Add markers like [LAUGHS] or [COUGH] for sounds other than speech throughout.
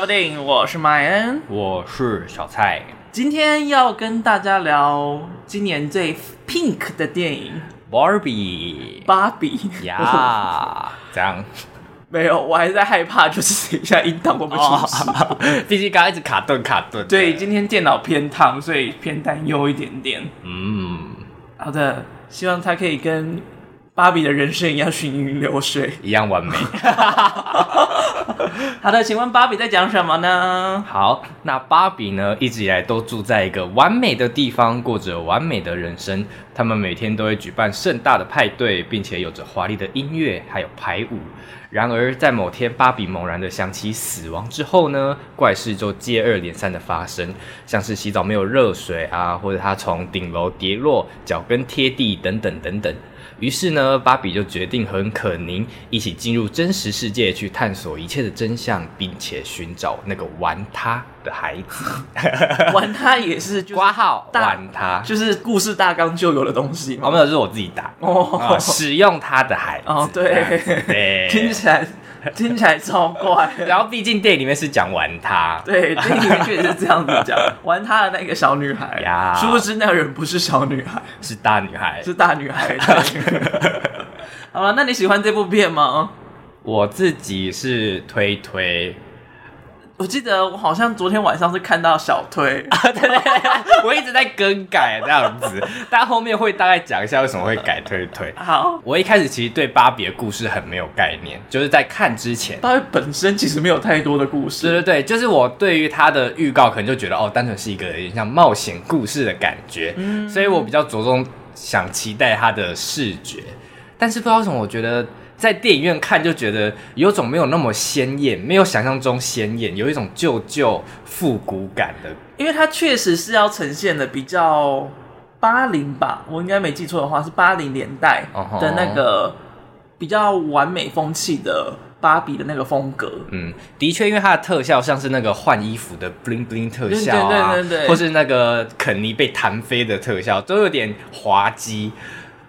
部电影，我是麦恩。我是小蔡，今天要跟大家聊今年最 pink 的电影芭比《芭比》。呀，这样， [LAUGHS] [LAUGHS] 没有，我还在害怕，就是等一下音档我们出事。哦毕竟刚刚一直卡顿卡顿。 [LAUGHS] 对，，今天电脑偏烫，所以偏担忧一点点。嗯，好的，希望他可以跟芭比的人生一样行云流水。 [LAUGHS] 一样完美。好的，请问芭比在讲什么 [LAUGHS] 呢？好，那芭比呢，一直以来都住在一个完美的地方，过着完美的人生。他们每天都会举办盛大的派对，并且有着华丽的音乐，还有排舞。然而，在某天，芭比猛然的想起死亡之后呢，怪事就接二连三的发生，像是洗澡没有热水啊，或者她从顶楼跌落，脚跟贴地等等等等。于是呢，芭比就决定和可宁一起进入真实世界，去探索一切的真相，并且寻找那个玩他的孩子。玩它也是就是挂号大玩他，就是故事大纲就有的东西嘛。哦，没有，这是我自己打。啊哦，使用他的孩子。哦对这 [LAUGHS] 听样子啊对。起来听起来超怪。 [LAUGHS] 然后，毕竟电影里面是讲玩他。对，这里面确实是这样子 [LAUGHS] 讲，玩他的那个小女孩呀殊不知那个人不是小女孩， [LAUGHS] 是大女孩。是大女孩。 [LAUGHS] 对好了，那你喜欢这部片吗？我自己是 [LAUGHS] 推推，我记得我好像昨天晚上是看到小 [LAUGHS] 推，对对对，我一直在更改这样子，但后面会大概讲一下为什么会改推推。好，我一开始其实对芭比的故事很没有概念，就是在看之前，芭比本身其实没有太多的故对事，对对，就是我对于它的预告可能就觉得哦，单纯是一个有点像冒险故事的感觉，所以我比较着重想期待它的视觉，但是不知道为什么，我觉得在电影院看就觉得有种没有那么鲜艳，没有想象中鲜艳，有一种旧旧复古感的因为它确实是要呈现的比较八零吧，我应该没记错的话是八零年代哦吼的那个比较完美风气的芭比的那个风格，嗯，的确，因为它的特效像是那个换衣服的 bling bling 特效啊，对对对对对或是那个肯尼被弹飞的特效，都有点滑稽。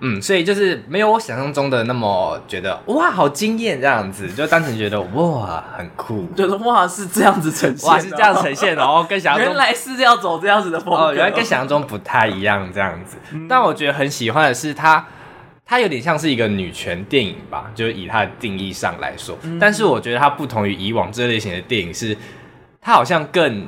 嗯，所以就是没有我想象中的那么觉得哇，好惊艳这样子，就单纯觉得哇，很酷，就是哇是这样子呈现，哇是这样。呈现的哦，然后跟想象原中来是要走这样子的风格，嗯哦，原来跟想象中不太一样这样子。但我觉得很喜欢的是它，它有点像是一个女权电影吧，就是以它的定义上来说。嗯但是我觉得它不同于以往这类型的电影是，它好像更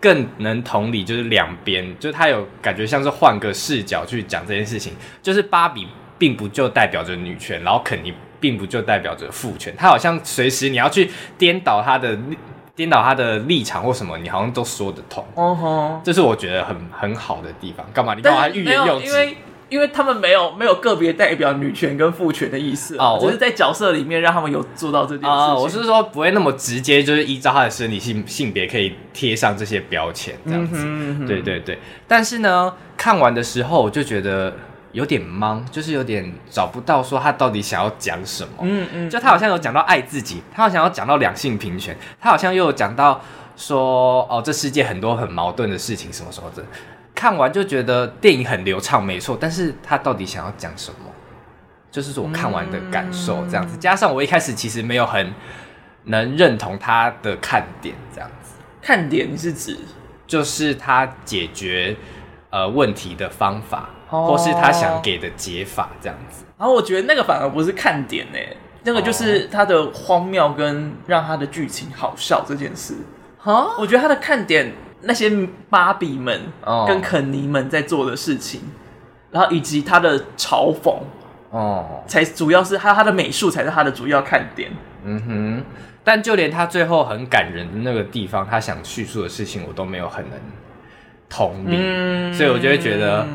更能同理，就是两边，就是它有感觉像是换个视角去讲这件事情。就是芭比并不就代表着女权，然后肯尼并不就代表着父权，它好像随时你要去颠倒它的立。颠倒他的立场或什么，你好像都说得通。哦吼，这是我觉得很很好的地方。干嘛？你干嘛但是欲没言又有，因止？为因为他们没有没有个别代表女权跟父权的意思啊哦只我是在角色里面让他们有做到这件事情。啊、我是说不会那么直接，就是依照他的生理性性别可以贴上这些标签这样嗯子。哼，嗯哼对，对对，但是呢，看完的时候我就觉得有点懵，就是有点找不到说他到底想要讲什么。嗯嗯， [LAUGHS] 就他好像有讲到爱自己，他好像有讲到两性平权，他好像又有讲到说哦，这世界很多很矛盾的事情什么什么的。看完就觉得电影很流畅，没错，但是他到底想要讲什么？就是我看完的感受这样子，加上我一开始其实没有很能认同他的看点，这样子，看点你是指就是他解决呃问题的方法，哦或是他想给的解法这样子。然后我觉得那个反而不是看点呢、那个哦就是它的荒谬跟让它的剧情好笑这件事。哈，我觉得它的看点那些芭比们哦跟肯尼们在做的事情，然后以及它的嘲讽，哦，才主要是它它的美术才是它的主要看点。嗯哼，但就连他最后很感人的那个地方，他想叙述的事情，我都没有很能同理，嗯所以我就会觉得，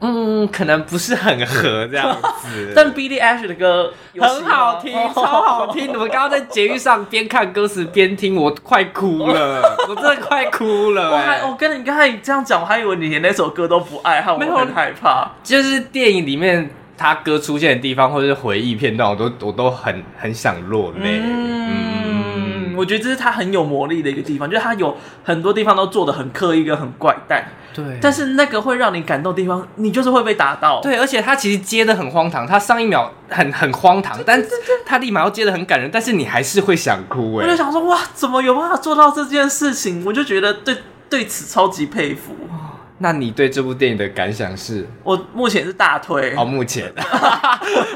嗯，可能不是很合这样子。 [LAUGHS] 但 Billy Ash 的歌有喜很欢好听，哦超好听！我刚刚在捷运上边看歌词边听，我快哭了，我真的快哭了、 [LAUGHS] 我还哦哎我跟你刚才这样讲，我还以为你连那首歌都不爱，害我没有很害怕。就是电影里面他歌出现的地方，或者是回忆片段，我都我都很很想落泪。嗯嗯嗯嗯嗯我觉得这是他很有魔力的一个地方，就是他有很多地方都做的很刻意跟很怪诞，对但是那个会让你感动的地方，你就是会被打到。对，而且他其实接的很荒唐，他上一秒很很荒唐，但他立马又接的很感人，但是你还是会想哭我哎、就想说，哇，怎么有办法做到这件事情？我就觉得对对此超级佩服。那你对这部电影的感想是？我目前是大推， [LAUGHS] 哦，目 [LAUGHS] 前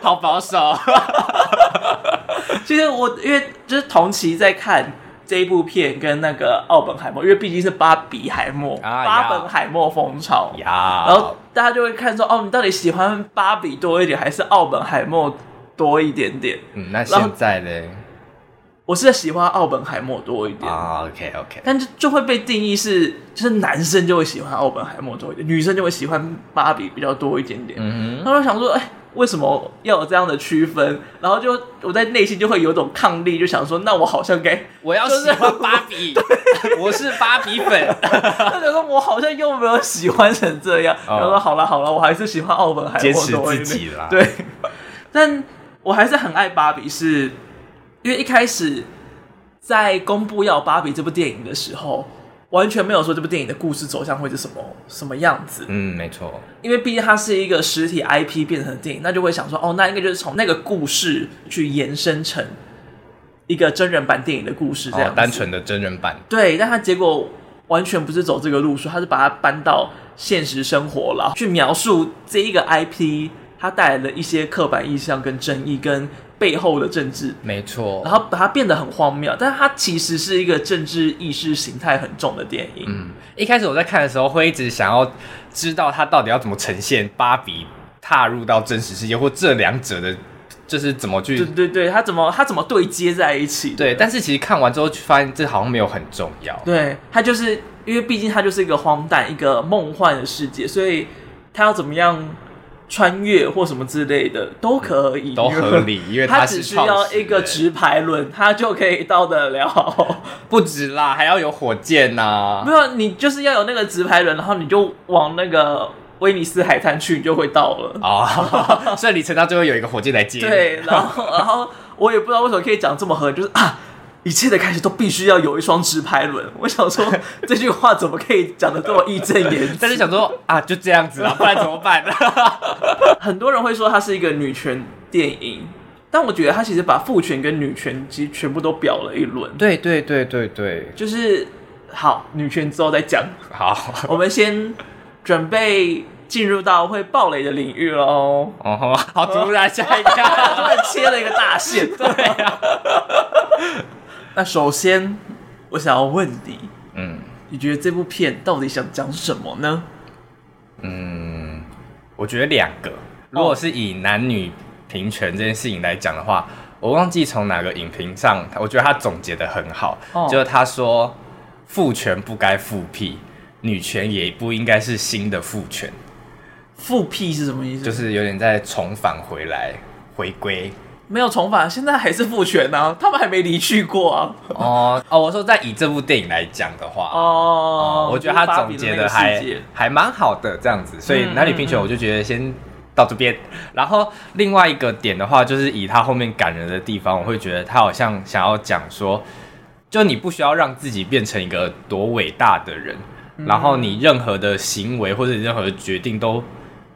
好保 [LAUGHS] 守。其实我因为就是同期在看这一部片跟那个奥本海默，因为毕竟是巴比海默、啊呀巴本海默风潮，呀，然后大家就会看说，哦，你到底喜欢芭比多一点还是奥本海默多一点点？嗯，那然后现在呢？我是喜欢奥本海默多一点。啊，OK OK，但就就会被定义是，就是男生就会喜欢奥本海默多一点，女生就会喜欢芭比比较多一点点。嗯然后我想说，哎、为什么要有这样的区分？然后就我在内心就会有一种抗力，就想说，那我好像 [LAUGHS] 该，哼，我要喜欢芭 [LAUGHS] 比，我是芭比粉。就想说我好像又没有喜欢成这样。哦然后说好了好了，我还是喜欢奥本海坚默持多一自己点啦对， [LAUGHS] 但我还是很爱芭比，是因为一开始在公布要有芭比这部电影的时候。完全没有说这部电影的故事走向会是什么什么样子，嗯，没错，因为毕竟它是一个实体 IP 变成的电影，那就会想说，哦，那应该就是从那个故事去延伸成一个真人版电影的故事这样、哦，单纯的真人版。对，但它结果完全不是走这个路数，它是把它搬到现实生活了，去描述这一个 IP 它带来的一些刻板印象跟争议跟背后的政治。没错，然后把它变得很荒谬，但是它其实是一个政治意识形态很重的电影。嗯，一开始我在看的时候，会一直想要知道它到底要怎么呈现芭比踏入到真实世界，或这两者的，就是怎么去对对对，它怎么它怎么对接在一起的？对。但是其实看完之后，发现这好像没有很重要。对，它就是因为毕竟它就是一个荒诞、一个梦幻的世界，所以它要怎么样穿越或什么之类的都可以，都合理因为它它只需是创始人要一个直排轮，它就可以到得了。不止啦，还要有火箭啊呐、没 [LAUGHS] 有，你就是要有 [LAUGHS] 那个直排轮，然后你就往那个威尼斯海滩去，你就会到了。 [LAUGHS] 哦，顺理成章就会有一个火箭来接。，对，然后然后我也不知道为什么可以讲这么合理，就是啊。一切的开始都必须要有一双直排轮。我想说这句话怎么可以讲的这么义正言 [LAUGHS] 辞？但是想说啊，就这样子啦，不然怎么办？ [LAUGHS] 很多人会说它是一个女权电影，但我觉得它其实把父权跟女权其实全部都表了一轮。对对对对对，就是好，女权之后再讲，好， [LAUGHS] [LAUGHS] 我们先准备进入到会暴雷的领域喽。哦吼，好突然，下一他突个，然啊切了一个大线， [LAUGHS] 对啊呀、那首先，我想要问你，嗯你觉得这部片到底想讲什么呢？嗯，我觉得两个，哦如果是以男女平权这件事情来讲的话，我忘记从哪个影评上，我觉得他总结的很好，哦就是他说父权不该复辟，女权也不应该是新的父权，嗯复辟是什么意思？就是有点在重返回来，回归。没有重返，现在还是父权啊，他们还没离去过啊。 [LAUGHS] 哦哦，我说在以这部电影来讲的话，哦，我觉得他总结的的还还蛮好的，这样子，所以男女平权我就觉得先到这边。然后另外一个点的话，就是以他后面感人的地方，我会觉得他好像想要讲说，就你不需要让自己变成一个多伟大的人，然后你任何的行为或者任何的决定都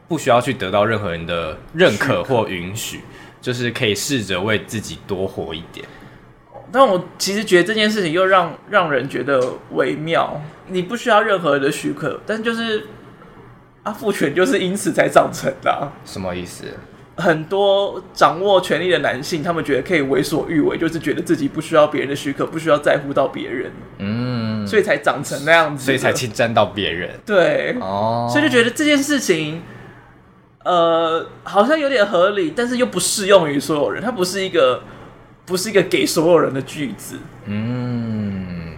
不需要去得到任何人的认可或允许，就是可以试着为自己多活一点。但我其实觉得这件事情又让让人觉得微妙，你不需要任何的许可，但就是啊，父权就是因此才长成的啊、什么意思？很多掌握权力的男性，他们觉得可以为所欲为，就是觉得自己不需要别人的许可，不需要在乎到别人，嗯，所以才长成那样子的，所以才侵占到别人。对，哦所以就觉得这件事情，呃，好像有点合理，但是又不适用于所有人，它不是一个不是一个给所有人的句子。嗯，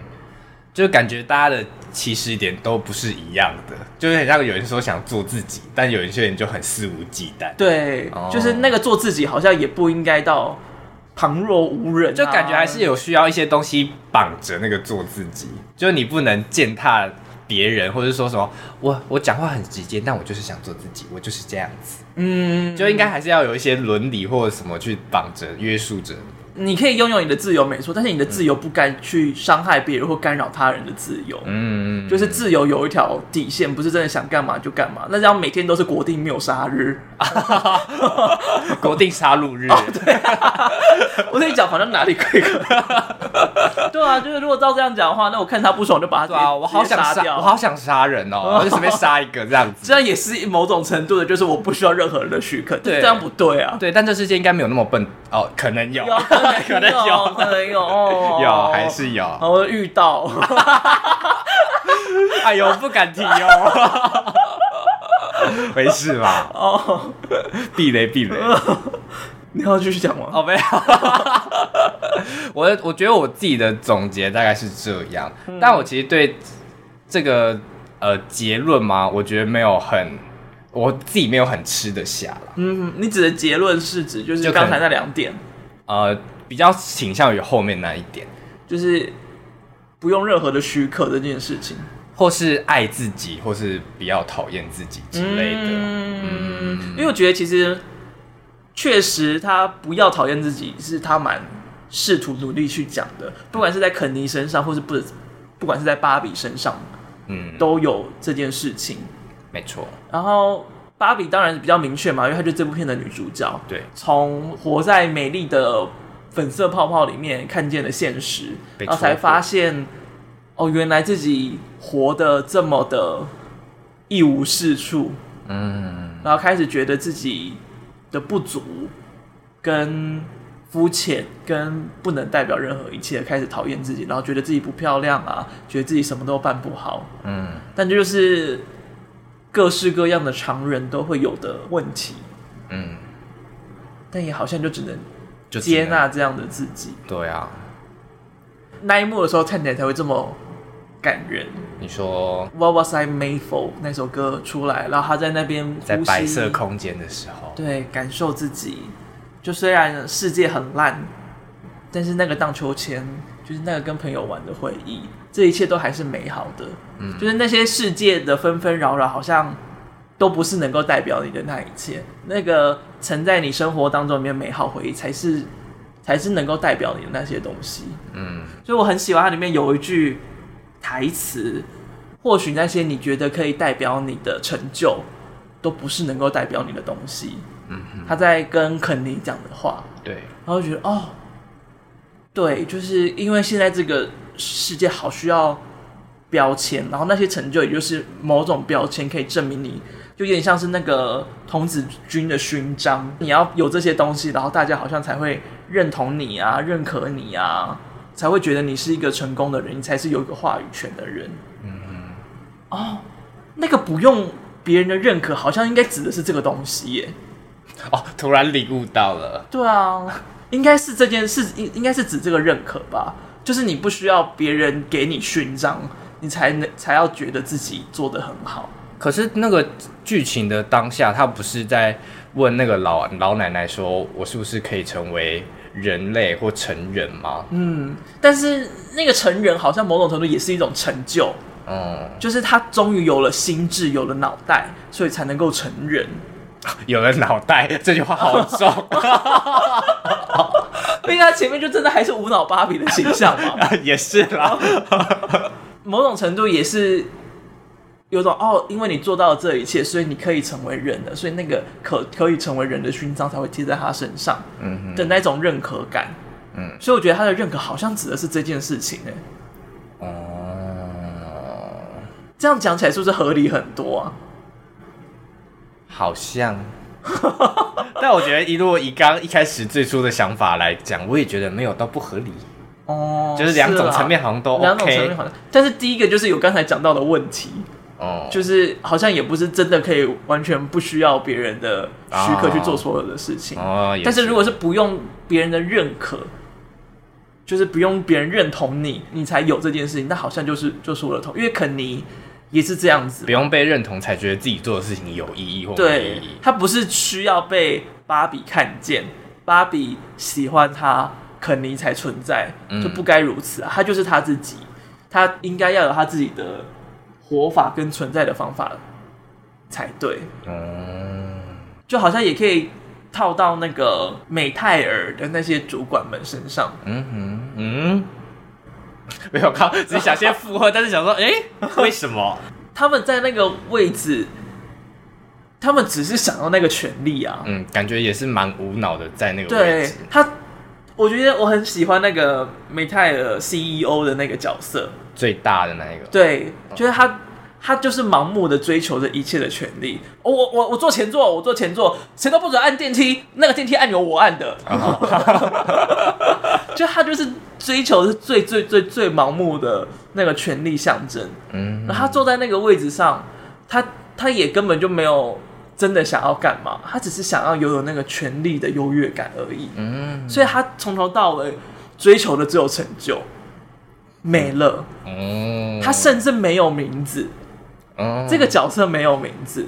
就感觉大家的起始点都不是一样的，就是很像有人说想做自己，但有一些人就很肆无忌惮，对，哦就是那个做自己，好像也不应该到旁若无人啊、就感觉还是有需要一些东西绑着那个做自己，就你不能践踏别人，或者说什么我我讲话很直接，但我就是想做自己，我就是这样子，嗯，就应该还是要有一些伦理或者什么去绑着约束着你可以拥有你的自由，没错，但是你的自由不该去伤害别人或干扰他人的自由。嗯， [LAUGHS] 就是自由有一条底线，不是真的想干嘛就干嘛。那这样每天都是国定没有杀 [LAUGHS] 日，国定杀戮日，哦我跟你讲，好像哪里可以。 [LAUGHS] 对啊，就是如果照这样讲的话，那我看他不爽就把他对啊，直接我好想直接杀杀，掉，我好想杀人哦，我就随便杀一个这样子。这样也是某种程度的，就是我不需要任何人的许可，对这样不对啊。 [LAUGHS] 对，但这世界应该没有那么笨哦，可能有，有可能有，可能有，哦 [LAUGHS] 有还是有。然后遇到， [LAUGHS] [LAUGHS] 哎呦，不敢提哦。 [LAUGHS] 没事 [LAUGHS] 吧？哦，避雷避雷。你要继续讲吗？ [LAUGHS] 哦，没有。 [LAUGHS] 我我觉得我自己的总结大概是这样，但我其实对这个呃结论嘛，我觉得没有很，我自己没有很吃得下啦。嗯，你指的结论是指就就是可能刚才那两点，呃，比较倾向于后面那一点，就是不用任何的许可这件事情或是爱自己，或是比较讨厌自己之类的。嗯，因为我觉得其实确实他不要讨厌自己，是他蛮试图努力去讲的，不管是在肯尼身上，或是不不管是在芭比身上，嗯，都有这件事情。没错，然后芭比当然比较明确嘛，因为她就是这部片的女主角，对，从活在美丽的粉色泡泡里面看见了现实，被然后才戳破发现，哦，原来自己活得这么的一无是处，嗯，然后开始觉得自己的不足跟。肤浅跟不能代表任何一切，开始讨厌自己，然后觉得自己不漂亮啊，觉得自己什么都办不好，嗯，但这就是各式各样的常人都会有的问题，嗯，但也好像就只能就只接能纳这样的自己。对啊，那一幕的时候看起来才会这么感人。你说 What was I made for？那首歌出来，然后他在那边呼吸在白色空间的时候，对感受自己。就虽然世界很烂，但是那个荡秋千，就是那个跟朋友玩的回忆，这一切都还是美好的。嗯，就是那些世界的纷纷扰扰，好像都不是能够代表你的那一切。那个曾在你生活当中里面美好回忆，才是才是能够代表你的那些东西。嗯，所以我很喜欢它里面有一句台词：或许那些你觉得可以代表你的成就，都不是能够代表你的东西。嗯，他在跟肯尼讲的话，对，然后就觉得哦，对，就是因为现在这个世界好需要标签，然后那些成就也就是某种标签可以证明你，就有点像是那个童子军的勋章，你要有这些东西，然后大家好像才会认同你啊，认可你啊，才会觉得你是一个成功的人，你才是有一个话语权的人。嗯，哦，那个不用别人的认可，好像应该指的是这个东西耶。哦，突然领悟到了，对啊，应该是这件事，应应该是指这个认可吧，就是你不需要别人给你勋章，你才能才要觉得自己做得很好。可是那个剧情的当下，他不是在问那个老老奶奶说，我是不是可以成为人类或成人吗？嗯，但是那个成人好像某种程度也是一种成就，嗯，就是他终于有了心智，有了脑袋，所以才能够成人。 [LAUGHS] 有了脑袋，这句话好重，因为他前面就真的还是无脑芭比的形象嘛，也是啦，某种程度也是有种哦，因为你做到了这一切，所以你可以成为人了，所以那个可可以成为人的勋章才会贴在他身上，嗯的那种认可感，嗯，所以我觉得他的认可好像指的是这件事情、哎，哦，这样讲起来是不是合理很多啊？好像。 [LAUGHS] 但我觉得，一路以刚一开始最初的想法来讲，我也觉得没有到不合理，哦，就是两种层面是好像都啦。两种层面 OK。好像，但是第一个就是有刚才讲到的问题，哦，就是好像也不是真的可以完全不需要别人的许可去做所有的事情。啊哦，也但是如果是不用别人的认可，就是不用别人认同你，你才有这件事情，那好像就是就说得通。因为肯尼也是这样子不，用被认同才觉得自己做的事情有意义或没对意义，他不是需要被芭比看见，芭比喜欢他，肯尼才存在，嗯就不该如此啊！他就是他自己，他应该要有他自己的活法跟存在的方法才对。嗯，就好像也可以套到那个美泰尔的那些主管们身上。嗯哼，嗯，没有靠，只是想先附和，但是想说，哎、为 [LAUGHS] 什么？他们在那个位置，他们只是想要那个权利啊。嗯，感觉也是蛮无脑的，在那个位对置。他，我觉得我很喜欢那个美泰尔 CEO 的那个角色，最大的那一个。对，哦觉得他。他就是盲目的追求着一切的权利。哦、我我我坐前座，我坐前座，谁都不准按电梯，那个电梯按钮我按的。啊 [LAUGHS] 就他就是追求是最最最最盲目的那个权力象征。嗯，然后他坐在那个位置上，他他也根本就没有真的想要干嘛，他只是想要拥有那个权力的优越感而已。嗯所以他从头到尾追求的只有成就，没了。嗯，他甚至没有名字，嗯这个角色没有名字，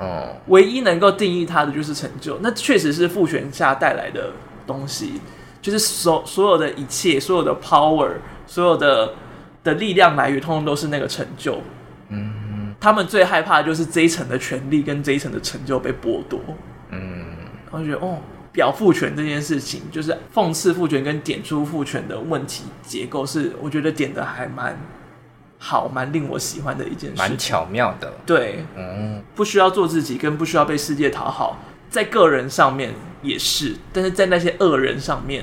嗯唯一能够定义他的就是成就。那确实是父权下带来的东西，就是所所有的一切，所有的 power，所有的的力量来源，通通都是那个成就。嗯他们最害怕的就是这一层的权利跟这一层的成就被剥夺。嗯然后觉得哦，表父权这件事情，就是讽刺父权跟点出父权的问题结构是，我觉得点的还蛮好，蛮令我喜欢的一件事蛮情。巧妙的。对，嗯不需要做自己，跟不需要被世界讨好，在个人上面也是，但是在那些恶人上面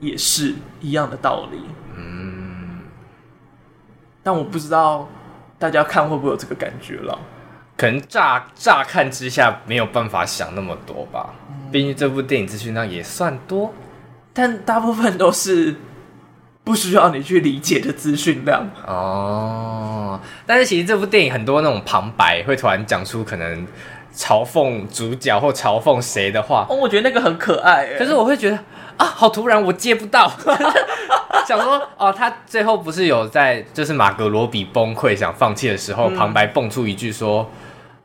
也是一样的道理。嗯，但我不知道大家看会不会有这个感觉了。可能乍乍看之下没有办法想那么多吧，毕竟这部电影资讯量也算多。但大部分都是不需要你去理解的资讯量。哦，但是其实这部电影很多那种旁白会突然讲出可能嘲讽主角或嘲讽谁的话，哦，我觉得那个很可爱、欸。可是我会觉得啊，好突然，我接不到。 [LAUGHS] 想说哦，他最后不是有在就是马格罗比崩溃想放弃的时嗯候，旁白蹦出一句说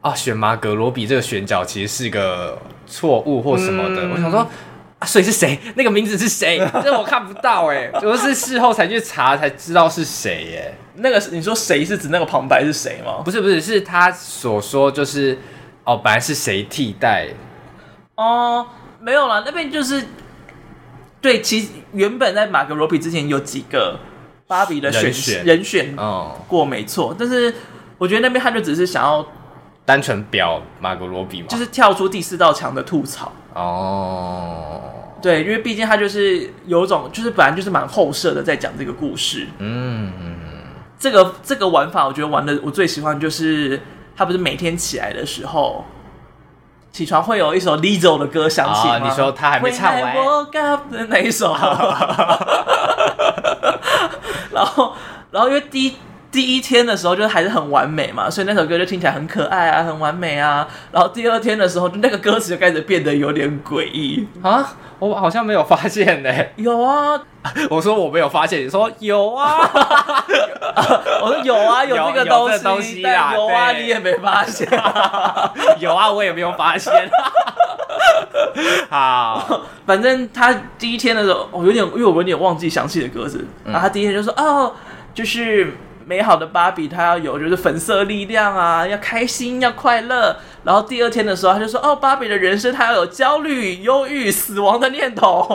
啊，选马格罗比这个选角其实是个错误或什么的。嗯我想说。啊，所以是谁？那个名字是 [LAUGHS] 谁？这我看不到哎、我是事后才去查才知道是谁耶、那个是你说谁是指那个旁白是谁吗？不是不是，是他所说就是哦，本来是谁替代？哦，没有啦，那边就是对，其实原本在马格罗比之前有几个芭比的选人选人选哦，过，没错，但是我觉得那边他就只是想要单纯表马格罗比嘛，就是跳出第四道墙的吐槽。哦，对，因为毕竟他就是有种，就是本来就是蛮后设的，在讲这个故事。嗯这个这个玩法，我觉得玩的我最喜欢就是他不是每天起来的时候，起床会有一首 Lizzo 的歌响起吗、啊你说他还没唱完 When I woke up 的那一首，然后然后因为第一。第一天的时候就还是很完美嘛，所以那首歌就听起来很可爱啊，很完美啊。然后第二天的时候，就那个歌词就开始变得有点诡异。啊，我好像没有发现呢、 [LAUGHS] 有啊，我说我没有发现，你说有啊， [LAUGHS] 我说有啊，有有这个有东这西，东西啦但有啊，对你也没发现。有啊，我也没有发现。 [LAUGHS] 好，反正他第一天的时候，哦我、有点，因为我有点忘记详细的歌词。然后他第一天就说：“哦，就是美好的芭比，她要有就是粉色力量啊，要开心，要快乐。”然后第二天的时候，他就说：“哦，芭比的人生她要有焦虑、忧郁、死亡的念头。”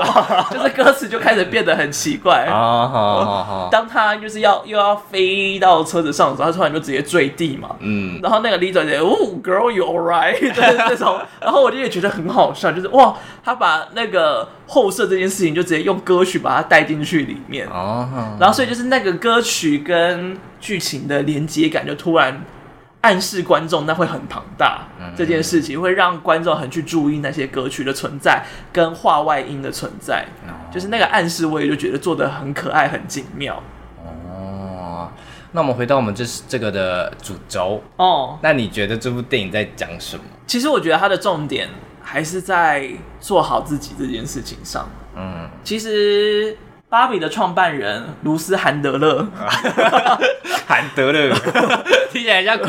就是歌词就开始变得很奇怪。好哦好好 [LAUGHS] 好，当他就是要又要飞到车子上的时候，他突然就直接坠地嘛。嗯，然后那个李总就哦，girl you alright，就是 [LAUGHS] 这种，然后我就也觉得很好笑，就是哇，他把那个后设这件事情就直接用歌曲把它带进去里面，哦，然后所以就是那个歌曲跟剧情的连接感就突然暗示观众那会很庞大，这件事情会让观众很去注意那些歌曲的存在跟话外音的存在，就是那个暗示我也就觉得做的很可爱很精妙哦，那我们回到我们这这个的主轴，哦。那你觉得这部电影在讲什么？其实我觉得它的重点还是在做好自己这件事情上。嗯，其实，芭比的创办人卢斯·韩德勒， [LAUGHS] 韩德勒， [LAUGHS] 听起来很像口，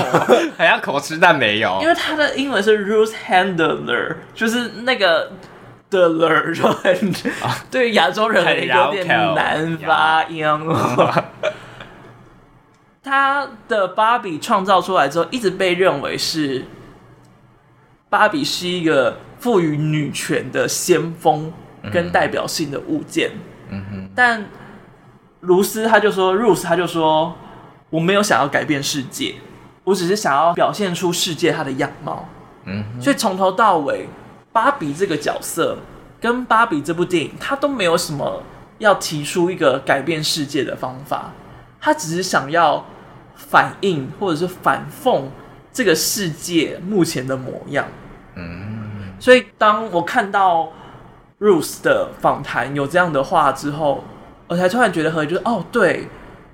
很像口吃，但没有因。为他的英文是 Ruth Handler，就是那个。的了 [LAUGHS] 就很，对于亚洲人很有绕点口难发音。 [LAUGHS] 他的芭比创造出来之后，一直被认为是芭比是一个赋予女权的先锋跟代表性的物件，嗯哼，但卢斯他就说，Rose 他就说，我没有想要改变世界，我只是想要表现出世界它的样貌。嗯哼，所以从头到尾，芭比这个角色跟芭比这部电影，它都没有什么要提出一个改变世界的方法，它只是想要反映或者是反讽这个世界目前的模样。嗯，所以当我看到 Rose 的访谈有这样的话之后，我才突然觉得何以就是哦，对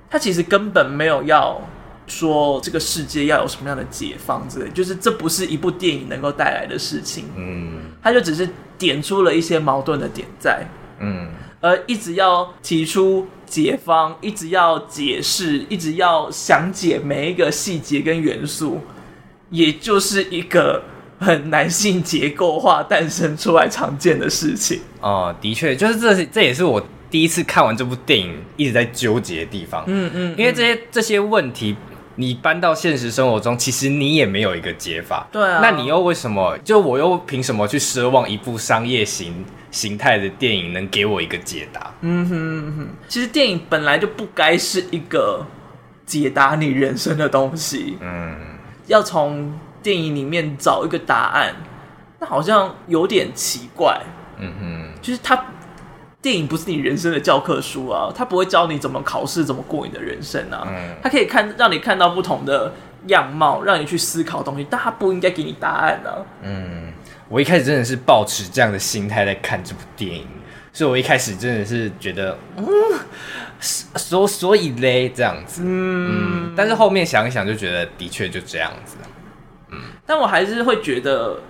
他其实根本没有要说这个世界要有什么样的解放之类，就是这不是一部电影能够带来的事情，嗯，他就只是点出了一些矛盾的点在，嗯，而一直要提出解放，一直要解释，一直要详解每一个细节跟元素，也就是一个很男性结构化诞生出来常见的事情。哦，的确，就是这是这也是我第一次看完这部电影一直在纠结的地方，嗯嗯因为这些这些问题，你搬到现实生活中，其实你也没有一个解法。对啊那你又为什么？就我又凭什么去奢望一部商业型形态的电影能给我一个解答？嗯哼嗯哼，其实电影本来就不该是一个解答你人生的东西，嗯要从电影里面找一个答案，那好像有点奇怪。嗯哼就是它电影不是你人生的教科书啊，它不会教你怎么考试，怎么过你的人生啊。嗯它可以看让你看到不同的样貌，让你去思考东西，但它不应该给你答案啊。嗯，我一开始真的是抱持这样的心态在看这部电影，所以我一开始真的是觉得，嗯，所所以嘞这样子。嗯，嗯，但是后面想一想就觉得的确就这样子。但我还是会觉得，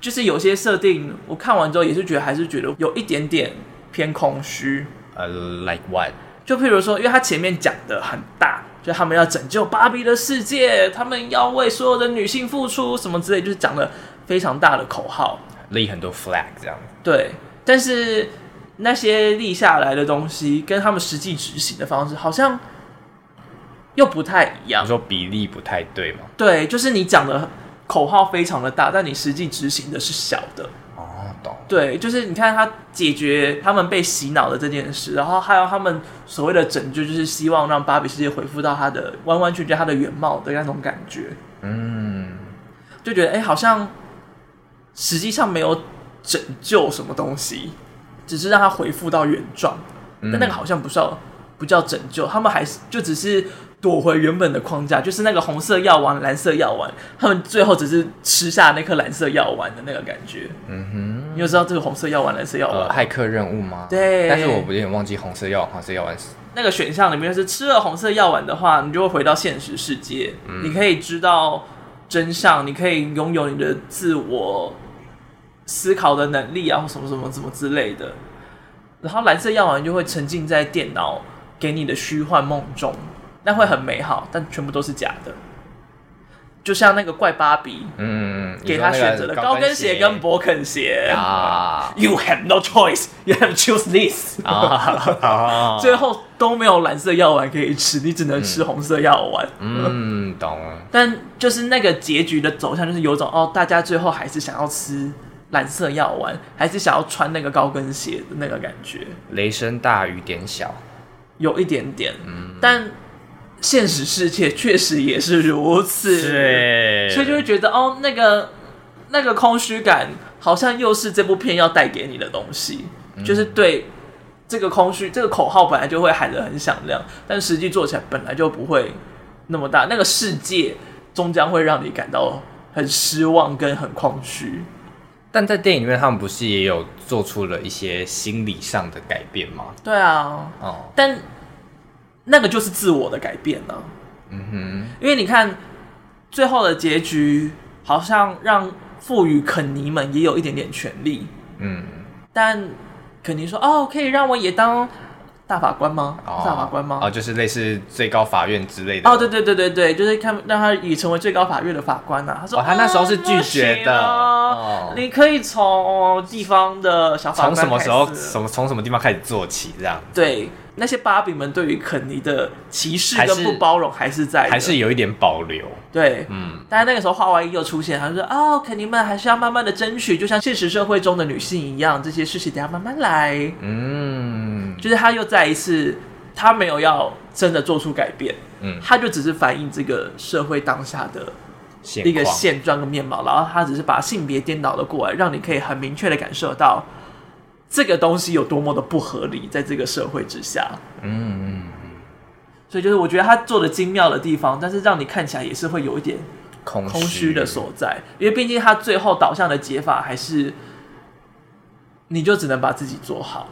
就是有些设定，我看完之后也是觉得，还是觉得有一点点偏空虚。呃、l i k e what？就譬如说，因为他前面讲的很大，就他们要拯救芭比的世界，他们要为所有的女性付出什么之类，就是讲了非常大的口号。立很多 flag 这样子。对，但是那些立下来的东西跟他们实际执行的方式好像又不太一样你。说比例不太对吗？对，就是你讲的口号非常的大，但你实际执行的是小的。哦，懂。对，就是你看他解决他们被洗脑的这件事，然后还有他们所谓的拯救，就是希望让芭比世界恢复到它的完完全全它的原貌的那种感觉，嗯，就觉得哎、诶好像实际上没有拯救什么东西，只是让它恢复到原状。但嗯那个好像不叫不叫拯救，他们还是就只是躲回原本的框架，就是那个红色药丸、蓝色药丸，他们最后只是吃下那颗蓝色药丸的那个感觉。嗯你就知道这个红色药丸、蓝色药哼，丸，呃，骇客任务吗？对但是我有点忘记红色药丸、黄色药丸是。那个选项里面是吃了红色药丸的话，你就会回到现实世界，你可以知道真相，你可以拥有你的自我思考的能力啊，或什么什么什么之类的。然后蓝色药丸就会沉浸在电脑给你的虚幻梦中，那会很美好，但全部都是假的。就像那个怪芭比嗯，给他选择的高跟鞋跟波勃肯鞋啊 You have no choice, you have to choose this 啊啊！最后都没有蓝色药丸可以吃，你只能吃红色药丸。嗯，懂了。但就是那个结局的走向，就是有种哦，大家最后还是想要吃蓝色药丸，还是想要穿那个高跟鞋的那个感觉，雷声大雨点小，有一点点。嗯但现实世界确实也是如此，是所以就会觉得哦，那个那个空虚感，好像又是这部片要带给你的东西，就是对这个空虚这个口号本来就会喊得很响亮，但实际做起来本来就不会那么大。那个世界终将会让你感到很失望跟很空虚。但在电影里面，他们不是也有做出了一些心理上的改变吗？对啊，哦，但那个就是自我的改变呢、嗯因为你看最后的结局，好像让赋予肯尼们也有一点点权利。哼，嗯但肯尼说：“哦，可以让我也当大法官吗？是大法官吗？哦，就是类似最高法院之类的。哦，对对对对对，就是看让他也成为最高法院的法官呐、啊。他说、哦他那时候是拒绝的啊哦你可以从地方的小法官从什么时候，开始什么从什么地方开始做起？这样对那些芭比们对于肯尼的歧视还跟是不包容还是在的还是有一点保留。对。嗯，但是那个时候，画外音又出现，他说：“哦，肯尼们还是要慢慢的争取，就像现实社会中的女性一样，这些事情得要慢慢来。”嗯，就是他又再一次，他没有要真的做出改变，嗯他就只是反映这个社会当下的现一个况现状跟面貌，然后他只是把性别颠倒了过来，让你可以很明确的感受到这个东西有多么的不合理，在这个社会之下。嗯，嗯所以就是我觉得他做的精妙的地方，但是让你看起来也是会有一点空空虚的所在，因为毕竟他最后导向的解法还是，你就只能把自己做好，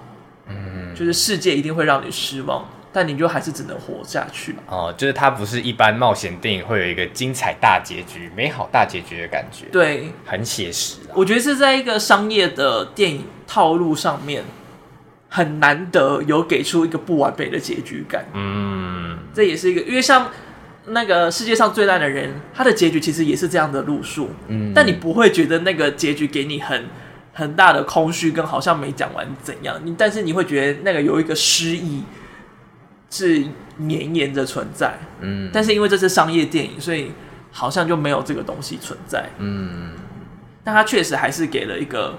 嗯，就是世界一定会让你失望，但你就还是只能活下去。哦，就是它不是一般冒险电影会有一个精彩大结局、美好大结局的感觉，，对，很写实啊。我觉得是在一个商业的电影套路上面，很难得有给出一个不完美的结局感。嗯，这也是一个，因为像那个世界上最烂的人，他的结局其实也是这样的路数。嗯但你不会觉得那个结局给你很很大的空虚，跟好像没讲完怎样。你但是你会觉得那个有一个诗意是绵延着存在，嗯但是因为这是商业电影，所以好像就没有这个东西存在。嗯，但他确实还是给了一个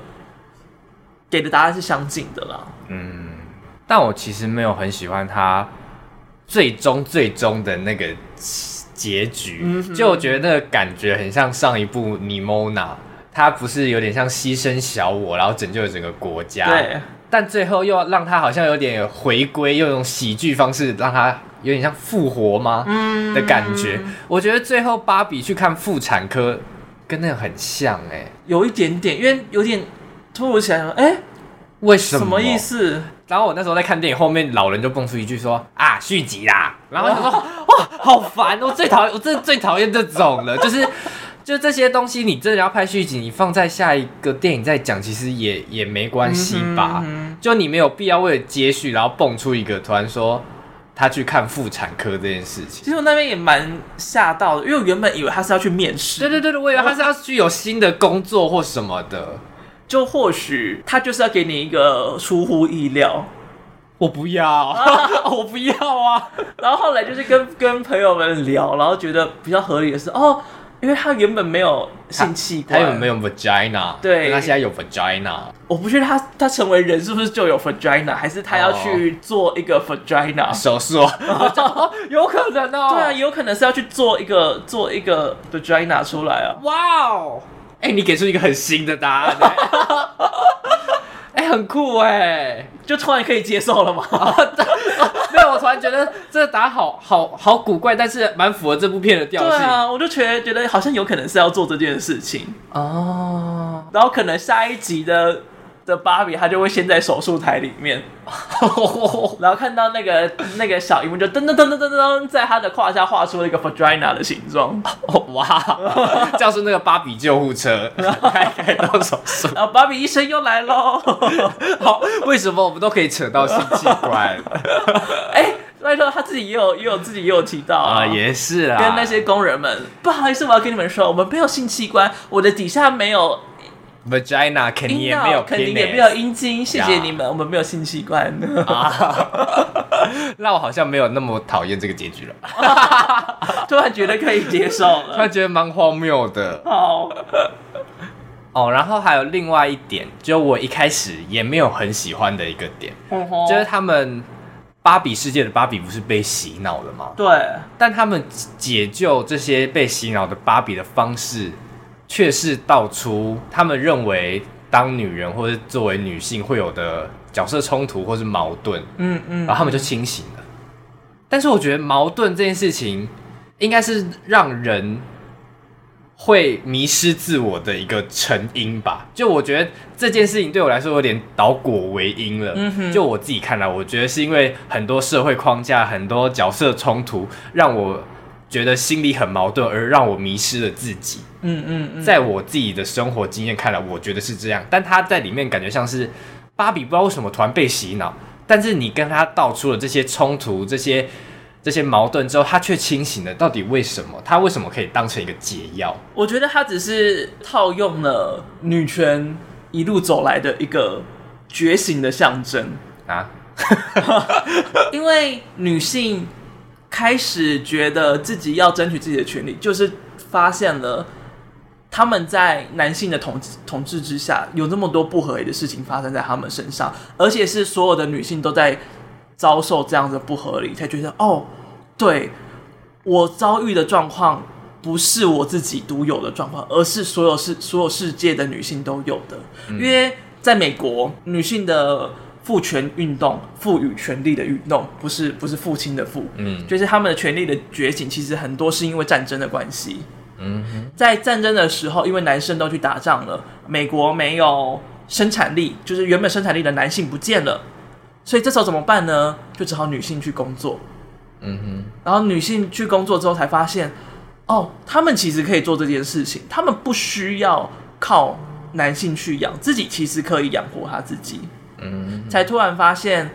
给的答案是相近的啦。但我其实没有很喜欢它最终最终的那个结局，嗯就我觉得那个感觉很像上一部《尼莫娜》，它不是有点像牺牲小我，然后拯救了整个国家，对，但最后又要让他好像有点回归，又用喜剧方式让他有点像复活吗？嗯的感觉。我觉得最后芭比去看妇产科，跟那个很像哎、有一点点，因为有点突如其来，哎、为什什么意？思？然后我那时候在看电影，后面老人就蹦出一句说啊续集啦，然后我就 [LAUGHS] 说哇好烦，我最讨厌，我真的最讨厌这种了，就是。 [LAUGHS] 就这些东西，你真的要拍续集，你放在下一个电影再讲，其实也也没关系吧。嗯就你没有必要为了接续，然后蹦出一个突然说他去看妇产科这件事情。其实我那边也蛮吓到的，因为我原本以为他是要去面试，对对对对，我以为他是要去有新的工作或什么的。就或许他就是要给你一个出乎意料。我不要， [LAUGHS] 我不要啊！然后后来就是跟跟朋友们聊，然后觉得比较合理的是，哦，因为他原本没有性器他官，有没有 vagina？对但他现在有 vagina。我不确定他他成为人是不是就有 vagina，还是他要去做一个 vagina？、手术，我就哦 [LAUGHS] 有可能哦。对啊，，有可能是要去做一个做一个 vagina 出来啊。哇哦！哎，你给出一个很新的答案欸， [LAUGHS] 哎，很酷哎。就突然可以接受了嘛？哦 [LAUGHS] 啊没有，我突然觉得这个答案好好好古怪，但是蛮符合这部片的调对性。啊，我就觉得觉得好像有可能是要做这件事情，哦，然后可能下一集的的芭比她就会先在手术台里面，然后看到那个那个小荧幕就噔噔噔噔噔噔，在她的胯下画出了一个 vagina 的形状， [LAUGHS] 哇，叫出那个芭比救护车， [LAUGHS] 开开到手术。然后芭比医生又来喽，好，为什么我们都可以扯到性器官 [LAUGHS] 哎，拜托她自己也有也有自己也有提到 [LAUGHS] 啊？也是啊，跟那些工人们，不好意思，我要跟你们说，我们没有性器官，我的底下没有 vagina 肯定阴也没有欸道， penis，肯定也没有阴茎，谢谢呀你们，我们没有性器官。啊。 [LAUGHS] 那我好像没有那么讨厌这个结局了， [LAUGHS] 突然觉得可以接受突 [LAUGHS] 然了。觉得蛮荒谬的好，哦。然后还有另外一点，就我一开始也没有很喜欢的一个点，哦就是他们芭比世界的芭比不是被洗脑了吗？对，但他们解救这些被洗脑的芭比的方式，却是道出他们认为当女人或是作为女性会有的角色冲突或是矛盾，嗯嗯，然后他们就清醒了。但是我觉得矛盾这件事情，应该是让人会迷失自我的一个成因吧。就我觉得这件事情对我来说有点倒果为因了。嗯哼就我自己看来，我觉得是因为很多社会框架、很多角色冲突，让我觉得心里很矛盾，而让我迷失了自己。嗯嗯嗯，在我自己的生活经验看来，我觉得是这样，但他在里面感觉像是芭比不知道为什么突然被洗脑，但是你跟他道出了这些冲突、这些这些矛盾之后，他却清醒了，到底为什么？他为什么可以当成一个解药？我觉得他只是套用了女权一路走来的一个觉醒的象征，啊，因为女性开始觉得自己要争取自己的权利，就是发现了他们在男性的统治统治之下，有那么多不合理的事情发生在他们身上，而且是所有的女性都在遭受这样的不合理，才觉得哦，对我遭遇的状况。不是我自己独有的状况，而是所有世所有世界的女性都有的。嗯因为在美国，女性的父权运动、赋予权利的运动，不是不是父亲的父，嗯就是他们的权利的觉醒，其实很多是因为战争的关系。嗯哼在战争的时候，因为男生都去打仗了，美国没有生产力，就是原本生产力的男性不见了，所以这时候怎么办呢？就只好女性去工作。嗯哼，然后女性去工作之后才发现，哦，她们其实可以做这件事情，她们不需要靠男性去养，自己其实可以养活她自己。嗯才突然发现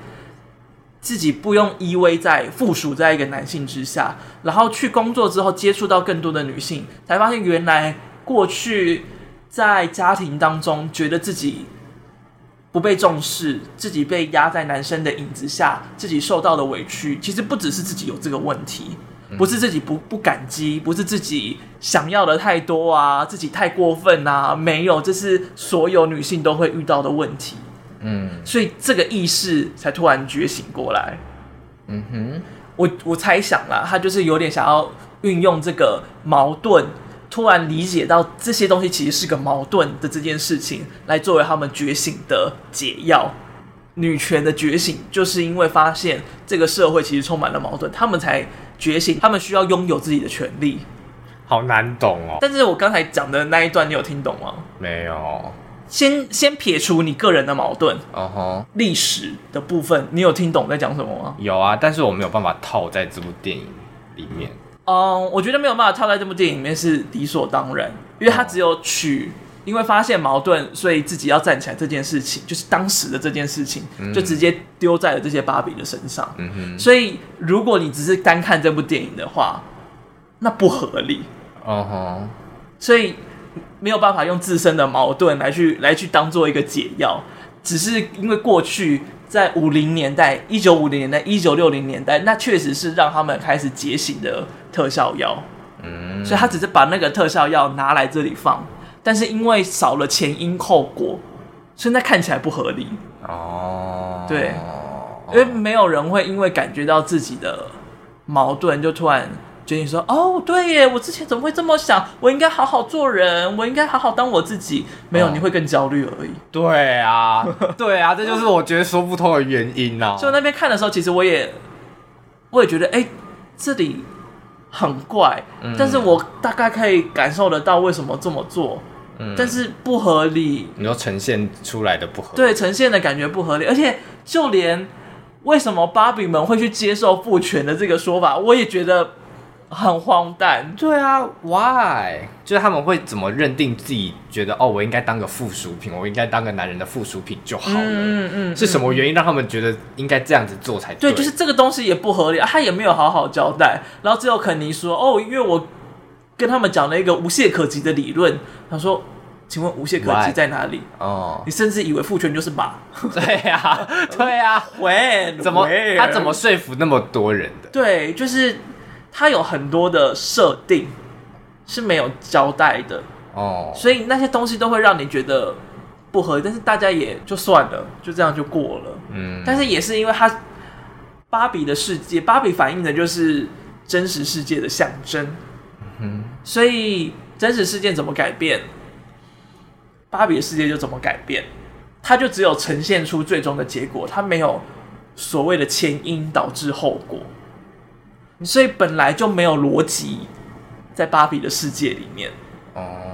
自己不用依偎在附属在一个男性之下，然后去工作之后接触到更多的女性，才发现原来过去在家庭当中觉得自己不被重视，自己被压在男生的影子下，自己受到的委屈，其实不只是自己有这个问题。不是自己不不感激，不是自己想要的太多啊，自己太过分啊，没有，这是所有女性都会遇到的问题。嗯所以这个意识才突然觉醒过来。嗯哼，我我猜想啦，他就是有点想要运用这个矛盾，突然理解到这些东西其实是个矛盾的这件事情，来作为他们觉醒的解药。女权的觉醒，就是因为发现这个社会其实充满了矛盾，他们才觉醒，他们需要拥有自己的权利。好难懂哦。但是我刚才讲的那一段，你有听懂吗？没有，先先撇除你个人的矛盾，哦吼，历史的部分，你有听懂在讲什么吗？有啊，但是我没有办法套在这部电影里面。嗯，我觉得没有办法套在这部电影里面是理所当然，因为他只有取，因为发现矛盾，所以自己要站起来这件事情，就是当时的这件事情，就直接丢在了这些芭比的身上。嗯哼，所以，如果你只是单看这部电影的话，那不合理，哦所以没有办法用自身的矛盾来去来去当做一个解药，只是因为过去。在五零年代、一九五零年代、一九六零年代，那确实是让他们开始觉醒的特效药。吼，嗯，所以他只是把那个特效药拿来这里放，但是因为少了前因后果，所以那看起来不合理，哦，对因为没有人会因为感觉到自己的矛盾就突然决定说：“哦，对耶，我之前怎么会这么想？我应该好好做人，我应该好好当我自己。”没有，哦你会更焦虑而已。[LAUGHS] 对啊，对啊，这就是我觉得说不通的原因呐、啊。所以我那边看的时候，其实我也我也觉得，哎、这里很怪，嗯但是我大概可以感受得到为什么这么做，嗯但是不合理。你说呈现出来的不合，对呈现的感觉不合理，而且就连为什么芭比们会去接受父权的这个说法，我也觉得很荒诞。对啊，why？就是他们会怎么认定自己觉得哦，我应该当个附属品，我应该当个男人的附属品就好了。嗯嗯，是什么原因让他们觉得应该这样子做才对，对就是这个东西也不合理，啊他也没有好好交代。然后只有肯尼说：“哦，因为我跟他们讲了一个无懈可击的理论。”他说：“请问无懈可击 Why？在哪里？” [LAUGHS] 哦，你甚至以为父权就是 [LAUGHS] 马，对啊，对啊，喂，怎么喂他怎么说服那么多人的？对，就是他有很多的设定是没有交代的，哦，所以那些东西都会让你觉得不合理，但是大家也就算了，就这样就过了。嗯，但是也是因为它芭比的世界，芭比反映的就是真实世界的象征，嗯所以真实世界怎么改变，芭比的世界就怎么改变，它就只有呈现出最终的结果，它没有所谓的前因导致后果，所以本来就没有逻辑在芭比的世界里面。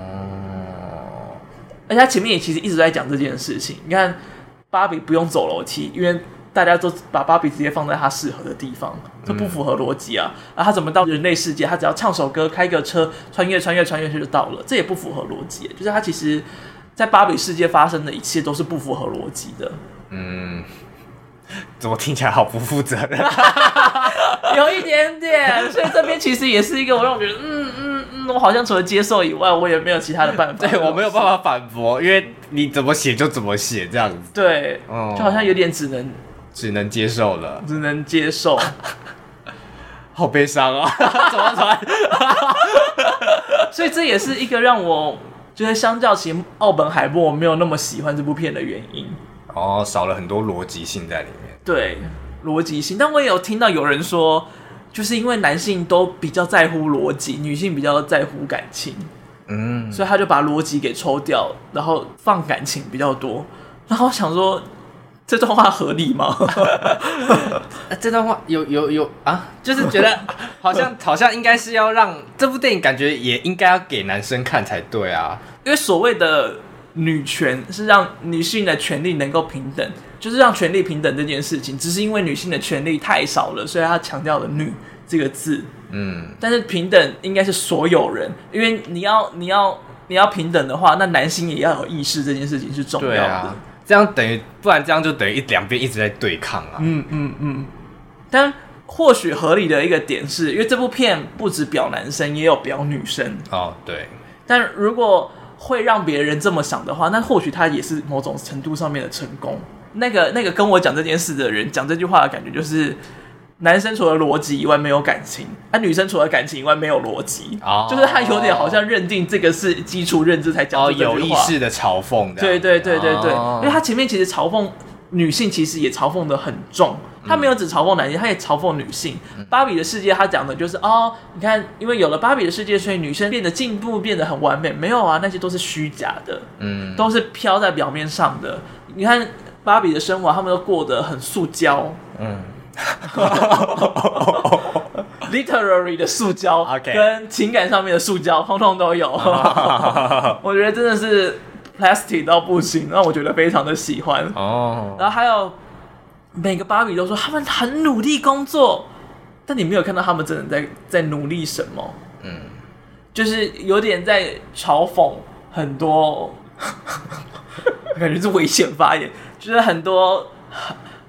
哦，而且他前面也其实一直在讲这件事情。你看，芭比不用走楼梯，因为大家都把芭比直接放在她适合的地方，这不符合逻辑啊！然后他怎么到人类世界？他只要唱首歌、开个车，穿越、穿越、穿越就到了，这也不符合逻辑。就是他其实，在芭比世界发生的一切都是不符合逻辑的。嗯，怎么听起来好不负责任？ [LAUGHS] 有一点点，所以这边其实也是一个我让我觉得，嗯嗯嗯，我好像除了接受以外，我也没有其他的办法。 [LAUGHS] 对我没有办法反驳，因为你怎么写就怎么写，这样子对，哦就好像有点只能只能接受了， [LAUGHS] 只能接受。好悲伤啊！ [LAUGHS] 怎么怎么？所以这也是一个让我觉得相较起奥本海默，我没有那么喜欢这部片的原因。哦，少了很多逻辑性在里面。对，逻辑性。但我也有听到有人说，就是因为男性都比较在乎逻辑，女性比较在乎感情，嗯，所以他就把逻辑给抽掉，然后放感情比较多。然后我想说，这段话合理吗？啊这段话有有有啊，就是觉得 [LAUGHS] 好像好像应该是要让这部电影感觉也应该要给男生看才对啊。因为所谓的女权是让女性的权利能够平等，就是让权利平等这件事情，只是因为女性的权利太少了，所以她强调了“女”这个字。嗯，但是平等应该是所有人，因为你要你要你要平等的话，那男性也要有意识这件事情是重要对的。啊，这样等于不然这样就等于一两边一直在对抗啊。嗯嗯嗯。但或许合理的一个点是，因为这部片不止表男生，也有表女生。哦，对，但如果会让别人这么想的话，那或许他也是某种程度上面的成功。那个那个跟我讲这件事的人讲这句话的感觉就是，男生除了逻辑以外没有感情，那、女生除了感情以外没有逻辑，哦就是他有点好像认定这个是基础认知才讲哦，出这句话。有意识的嘲讽的。对对对对对，哦因为他前面其实嘲讽女性，其实也嘲讽的很重。他没有只嘲讽男性，他也嘲讽女性。嗯芭比的世界，他讲的就是哦，你看，因为有了芭比的世界，所以女生变得进步，变得很完美。没有啊，那些都是虚假的，嗯，都是飘在表面上的。你看芭比的生活，他们都过得很塑 [LAUGHS] 胶，嗯 literary 的塑胶 OK 跟情感上面的塑胶，通通都有。啊 [LAUGHS] [LAUGHS] 我觉得真的是 plastic 到不行，让我觉得非常的喜欢。哦，然后还有每个芭比都说他们很努力工作，但你没有看到他们真的在在努力什么，嗯，就是有点在嘲讽很多， [LAUGHS] 感觉是危险发言，就是很多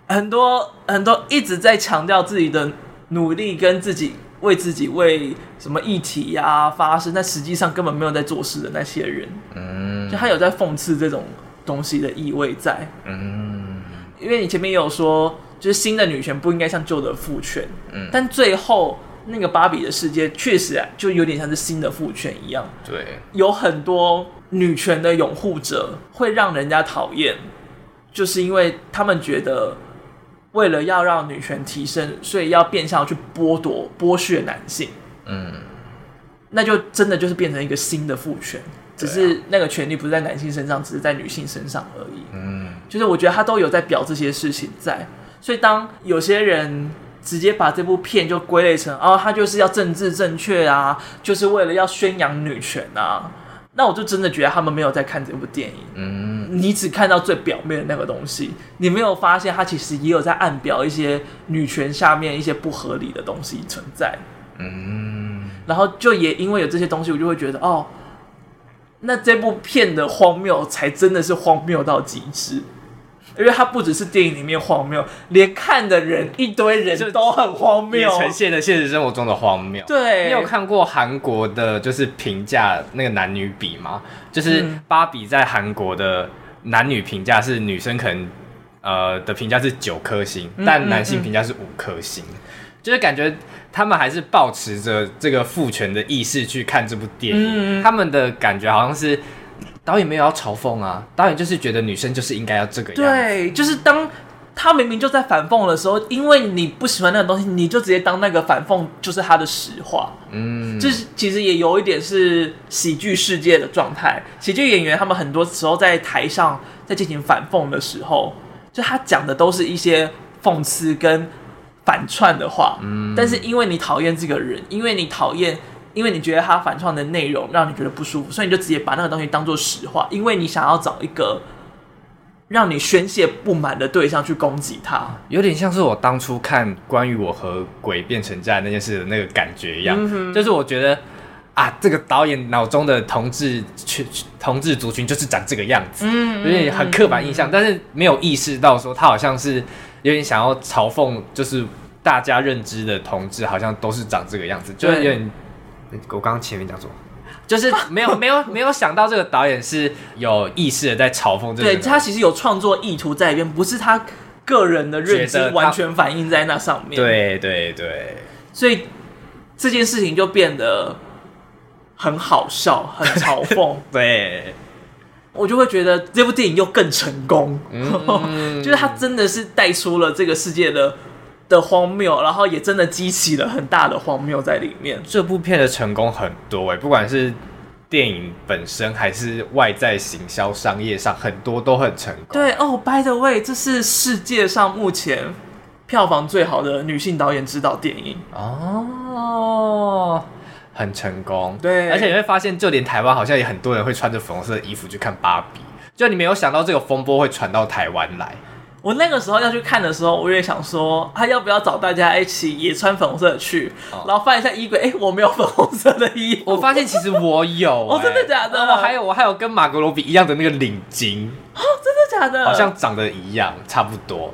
很多很多一直在强调自己的努力跟自己。为自己为什么议题呀、发声，但实际上根本没有在做事的那些人，嗯就他有在讽刺这种东西的意味在。嗯，因为你前面也有说，就是新的女权不应该像旧的父权，嗯但最后那个芭比的世界确实啊就有点像是新的父权一样，对，有很多女权的拥护者会让人家讨厌，就是因为他们觉得为了要让女权提升，所以要变相去剥夺剥削男性，嗯，那就真的就是变成一个新的父权，只对啊是那个权利不是在男性身上，只是在女性身上而已。嗯，就是我觉得他都有在表这些事情在，所以当有些人直接把这部片就归类成哦，他就是要政治正确啊，就是为了要宣扬女权啊，那我就真的觉得他们没有在看这部电影，嗯，你只看到最表面的那个东西，你没有发现他其实也有在暗表一些女权下面一些不合理的东西存在。嗯，然后就也因为有这些东西，我就会觉得哦，那这部片的荒谬才真的是荒谬到极致，因为它不只是电影里面荒谬，连看的人一堆人都很荒也谬。呈现了现实生活中的荒谬。对，你有看过韩国的，就是评价那个男女比吗？就是芭比在韩国的男女评价是女生可能呃的评价是九颗星，嗯但男性评价是五颗星，就是感觉他们还是保持着这个父权的意识去看这部电嗯影，他们的感觉好像是。导演没有要嘲讽啊，导演就是觉得女生就是应该要这个样子，对，就是当他明明就在反讽的时候，因为你不喜欢那个东西，你就直接当那个反讽就是他的实话。嗯，就是其实也有一点是喜剧世界的状态。喜剧演员他们很多时候在台上在进行反讽的时候，就他讲的都是一些讽刺跟反串的话。嗯，但是因为你讨厌这个人，因为你讨厌。因为你觉得他反串的内容让你觉得不舒服，所以你就直接把那个东西当做实话，因为你想要找一个让你宣泄不满的对象去攻击他。有点像是我当初看关于我和鬼变成家人那件事的那个感觉一样，嗯就是我觉得啊，这个导演脑中的同志群、同志嗯族群就是长这个样子，有点很刻板印象，但是没有意识到说他好像是有点想要嘲讽，就是大家认知的同志好像都是长这个样子，就对是有点。我刚刚前面讲什么？就是没有没有没有想到这个导演是有意识的在嘲讽这个对人。他其实有创作意图在里面，不是他个人的认觉知得他完全反映在那上面。，对对对，所以这件事情就变得很好笑，很嘲 [LAUGHS] 讽。对，我就会觉得这部电影又更成功，嗯就是它真的是带出了这个世界的的荒谬，然后也真的激起了很大的荒谬在里面。这部片的成功很多哎、不管是电影本身还是外在行销、商业上，很多都很成功。对哦、b y the way，这是世界上目前票房最好的女性导演指导电影。哦，很成功。对而且你会发现，就连台湾好像也很多人会穿着粉红色的衣服去看芭比。就你没有想到这个风波会传到台湾来，我那个时候要去看的时候，我也想说，他要不要找大家一起也穿粉红色的去，哦然后翻一下衣柜，哎、我没有粉红色的衣服， [LAUGHS] 我发现其实我 [LAUGHS] 有、欸哦真的假的然后我还有哦嗯我还有跟马格罗比一样的那个领巾，真的假的？好像长得一样，差不多。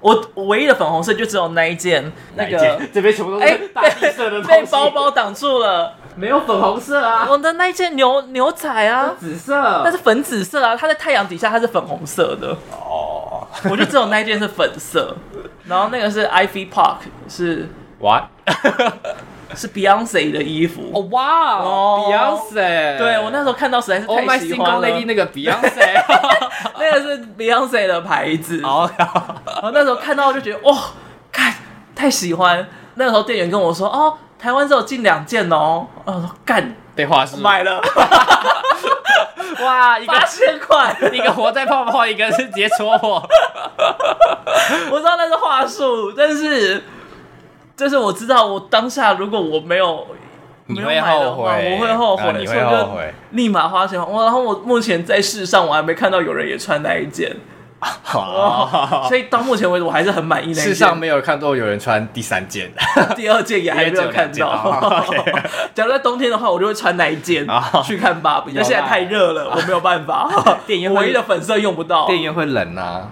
我我唯一的粉红色就只有那一件，那哪一个件这边全部都哎是 [LAUGHS] 大地色的东西，被包包挡住了。没有粉红色啊，我的那一件牛牛仔啊，紫色。那是粉紫色啊，它在太阳底下它是粉红色的，哦，我就只有那一件是粉色，然后那个是 Ivy Park 是哇是 Beyonce 的衣服。哦哇哦，Beyonce，对我那时候看到实在是 Oh my 太喜 single 欢了 lady 那个 Beyonce， [LAUGHS] 那个是 Beyonce 的牌子，然 [LAUGHS] 好，后那时候看到就觉得哇，看太喜欢。那个时候店员跟我说，哦，台湾只有进两件哦，然后我说干被画是买了哇，[LAUGHS] 一八个千块， [LAUGHS] 一个活在泡泡，一个是直接戳破，我知道那是话术，但是就是我知道，我当下如果我没有 [LAUGHS] 你没有会买的后话，悔，我会后啊悔，你所以会我后就悔。立马花钱。我然后我目前在世上我还没看到有人也穿那一件，好，所以到目前为止我还是很满意那一件。哦世上没有看到有人穿第三件 [LAUGHS] 的，第二件也还没有看第二到件有两件哦。 [LAUGHS] 假如在冬天的话，我就会穿那一件哦去看芭比，有啦但现在太热 [LAUGHS] 了，我没有办法。电影我会唯一的粉色用不到， [LAUGHS] 电影院会冷啊。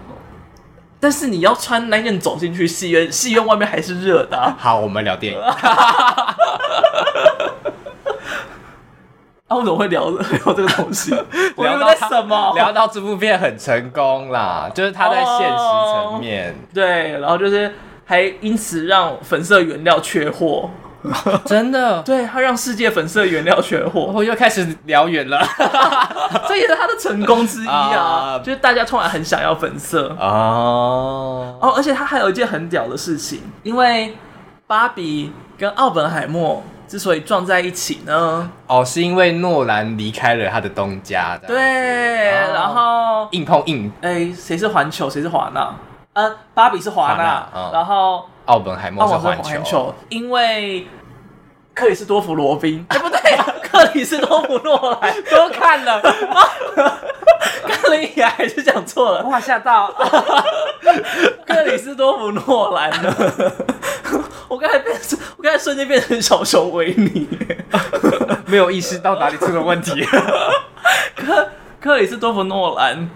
但是你要穿那件走进去戏院，戏院外面还是热的啊、 [LAUGHS] 好，我们聊 [LAUGHS] 电影。啊，我怎么会聊聊这个东西？我聊们到在他什么？ [LAUGHS] 聊到这部片很成功啦，就是他在现实层面，对，然后就是还因此让粉色原料缺货，真的。对，它让世界粉色原料缺货，[LAUGHS] [LAUGHS] 我又开始聊远了这也是它的成功之一啊啊！就是大家突然很想要粉色哦，哦，而且它还有一件很屌的事情，因为芭比跟奥本海默。之所以撞在一起呢，哦，是因为诺兰离开了他的东家，这对，样，哦然后硬碰硬，哎，谁是环球，谁是华纳？呃，芭比是华华纳纳，嗯然后奥本海默澳是网环环球，球，因为克里斯多夫罗 [LAUGHS] 宾，哎、不对、克里斯多夫诺兰，都 [LAUGHS] 看了，克林也还是讲错了，哇吓到， [LAUGHS] 克里斯多夫诺兰 [LAUGHS] 呢？我刚才变成，我刚才瞬间变成小熊维尼。 [LAUGHS] 没有意识到哪里出了 [LAUGHS] 问题，克里斯多夫诺兰，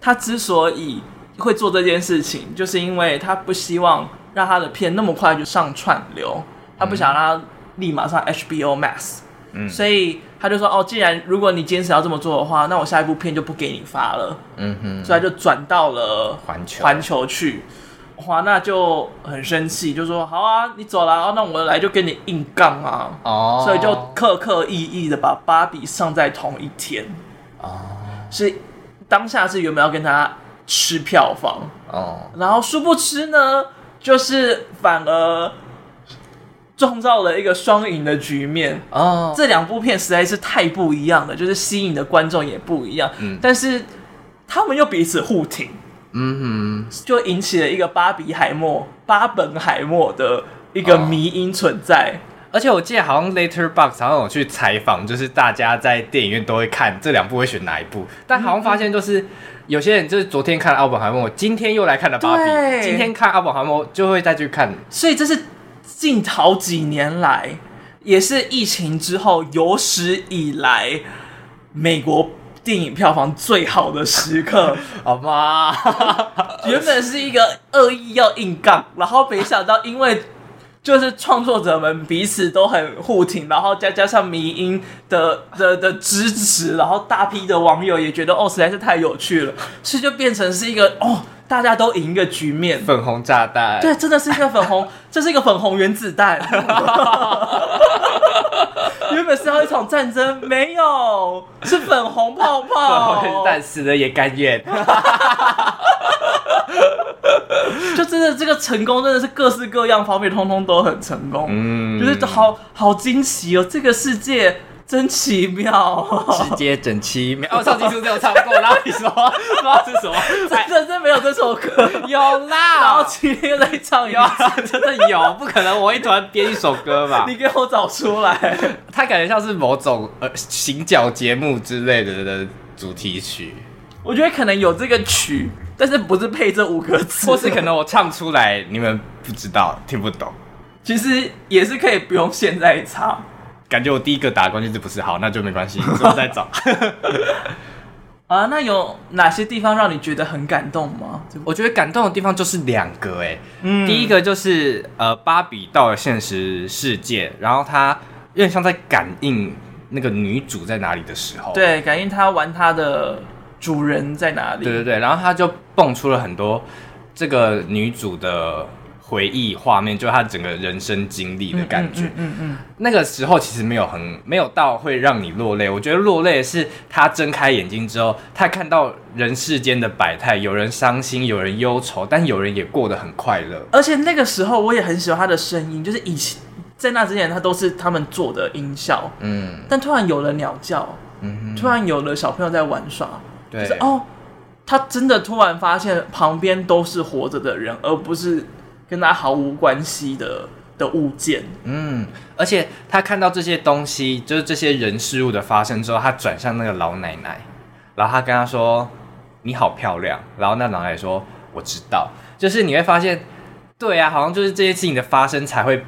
他之所以会做这件事情，就是因为他不希望让他的片那么快就上串流，他不想让他立马上 HBO Max，、嗯所以他就说：“哦，既然如果你坚持要这么做的话，那我下一部片就不给你发了。嗯哼，所以他就转到了环球环球去。华纳就很生气，就说：“好啊，你走了，哦那我来就跟你硬杠啊。”哦，所以就刻刻意意的把芭比上在同一天。哦是当下是原本要跟他吃票房，哦，然后殊不知呢，就是反而创造了一个双赢的局面。哦，这两部片实在是太不一样了，就是吸引的观众也不一样，嗯但是他们又彼此互挺，嗯就引起了一个巴比海默、巴本海默的一个哦迷因存在。哼，而且我记得好像 Later Box 好像有去采访，就是大家在电影院都会看这两部会选哪一部，但好像发现就是。有些人就是昨天看了奥本海默，今天又来看了芭对比，今天看奥本海默就会再去看所以这是近好几年来，也是疫情之后有史以来美国电影票房最好的时刻，好吗？原本是一个恶意要硬杠，然后没想到因为就是创作者们彼此都很互挺，然后再加上迷音的的的支持，然后大批的网友也觉得哦实在是太有趣了，所以就变成是一个哦大家都赢一个局面。 [LAUGHS] 粉红炸弹，对，真的是一个粉红， [LAUGHS] 这是一个粉红原子弹。 [LAUGHS] 原本是要一场战争，没有，是粉红泡泡。 [LAUGHS] 但死了也甘愿。就真的这个成功真的是各式各样方面通通都很成功，嗯就是好好惊喜哦，这个世界真奇妙、哦直接整七秒。哦，上集是不是有唱过？然后你说不知道是什么？ [LAUGHS] 哎真的真没有这首歌，有 [LAUGHS] 然后啦，今天又在唱一有次，啊，真的有，不可能我会突然编一首歌吧？你给我找出来。它感觉像是某种呃行脚节目之类的的主题曲，我觉得可能有这个曲，但是不是配这五个字，或是可能我唱出来你们不知道听不懂，其实也是可以不用现在唱。感觉我第一个打的关键字不是好，那就没关系，之后再找。啊，那有哪些地方让你觉得很感动吗？这部我觉得感动的地方就是两个哎、嗯第一个就是呃，芭比到了现实世界，然后她有点像在感应那个女主在哪里的时候，对，感应他玩他的主人在哪里？对对对，然后她就蹦出了很多这个女主的回忆画面，就是她整个人生经历的感觉。嗯嗯嗯那个时候其实没有很没有到会让你落泪，我觉得落泪是他睁开眼睛之后，他看到人世间的百态，有人伤心，有人忧愁，但有人也过得很快乐。而且那个时候我也很喜欢他的声音，就是以前在那之前他都是他们做的音效，嗯但突然有了鸟叫，嗯突然有了小朋友在玩耍，哼，就对是，哦，他真的突然发现旁边都是活着的人，而不是跟他毫无关系的的物件。嗯，而且他看到这些东西，就是这些人事物的发生之后，他转向那个老奶奶，然后他跟她说：“你好漂亮。”然后那老奶奶说：“我知道。”就是你会发现，对啊，好像就是这些事情的发生才会，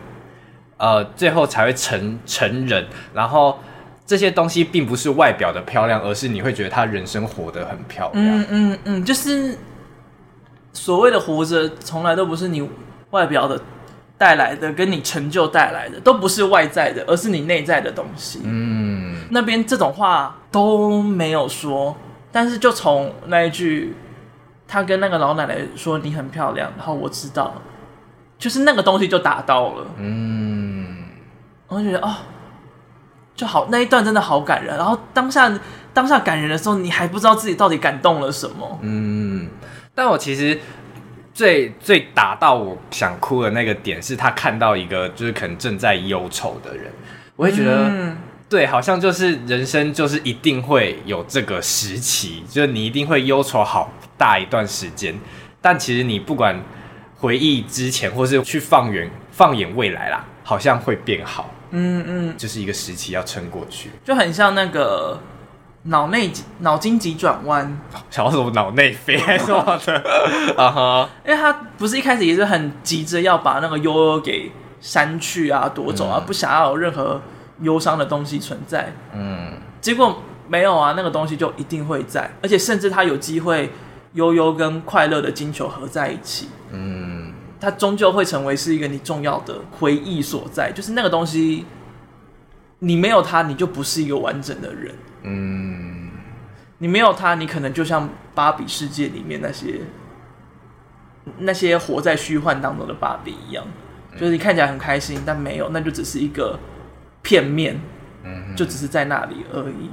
呃，最后才会成成人。然后这些东西并不是外表的漂亮，而是你会觉得他人生活得很漂亮。嗯嗯嗯，就是所谓的活着，从来都不是你外表的带来的，跟你成就带来的，都不是外在的，而是你内在的东西。嗯那边这种话都没有说，但是就从那一句，他跟那个老奶奶说你很漂亮，然后我知道，就是那个东西就打到了，嗯，我就觉得哦，就好那一段真的好感人。然后当下当下感人的时候，你还不知道自己到底感动了什么。嗯，但我其实最最打到我想哭的那个点是他看到一个就是可能正在忧愁的人，我会觉得、嗯对，好像就是人生就是一定会有这个时期，就是你一定会忧愁好大一段时间，但其实你不管回忆之前或是去放远放眼未来啦，好像会变好，嗯嗯，就是一个时期要撑过去。 [LAUGHS] 就很像那个脑内脑筋急转弯，想到什么脑内飞还是什 [LAUGHS] 么的啊哈。因为他不是一开始也是很急着要把那个悠悠给删去啊、夺走啊，不想要有任何忧伤的东西存在。嗯结果没有啊，那个东西就一定会在，而且甚至他有机会悠悠跟快乐的金球合在一起，嗯，它终究会成为是一个你重要的回忆所在。就是那个东西，你没有它，你就不是一个完整的人。嗯，你没有它，你可能就像芭比世界里面那些那些活在虚幻当中的芭比一样，就是你看起来很开心，但没有，那就只是一个片面，就只是在那里而已。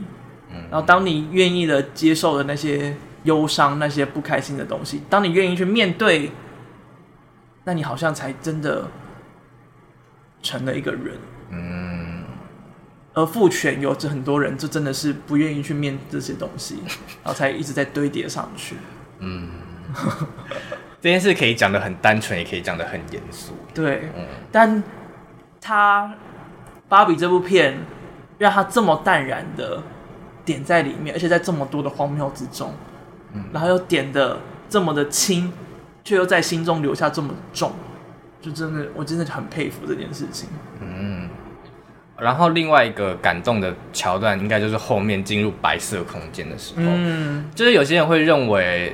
然后当你愿意的接受了那些忧伤、那些不开心的东西，当你愿意去面对，那你好像才真的成了一个人。而父权有着很多人，就真的是不愿意去面这些东西，然后才一直在堆叠上去。这件事可以讲的很单纯，也可以讲的很严肃。对，但他芭比这部片让他这么淡然的点在里面，而且在这么多的荒谬之中，然后又点的这么的轻，却又在心中留下这么重，就真的我真的很佩服这件事情。然后另外一个感动的桥段，应该就是后面进入白色空间的时候，嗯，就是有些人会认为，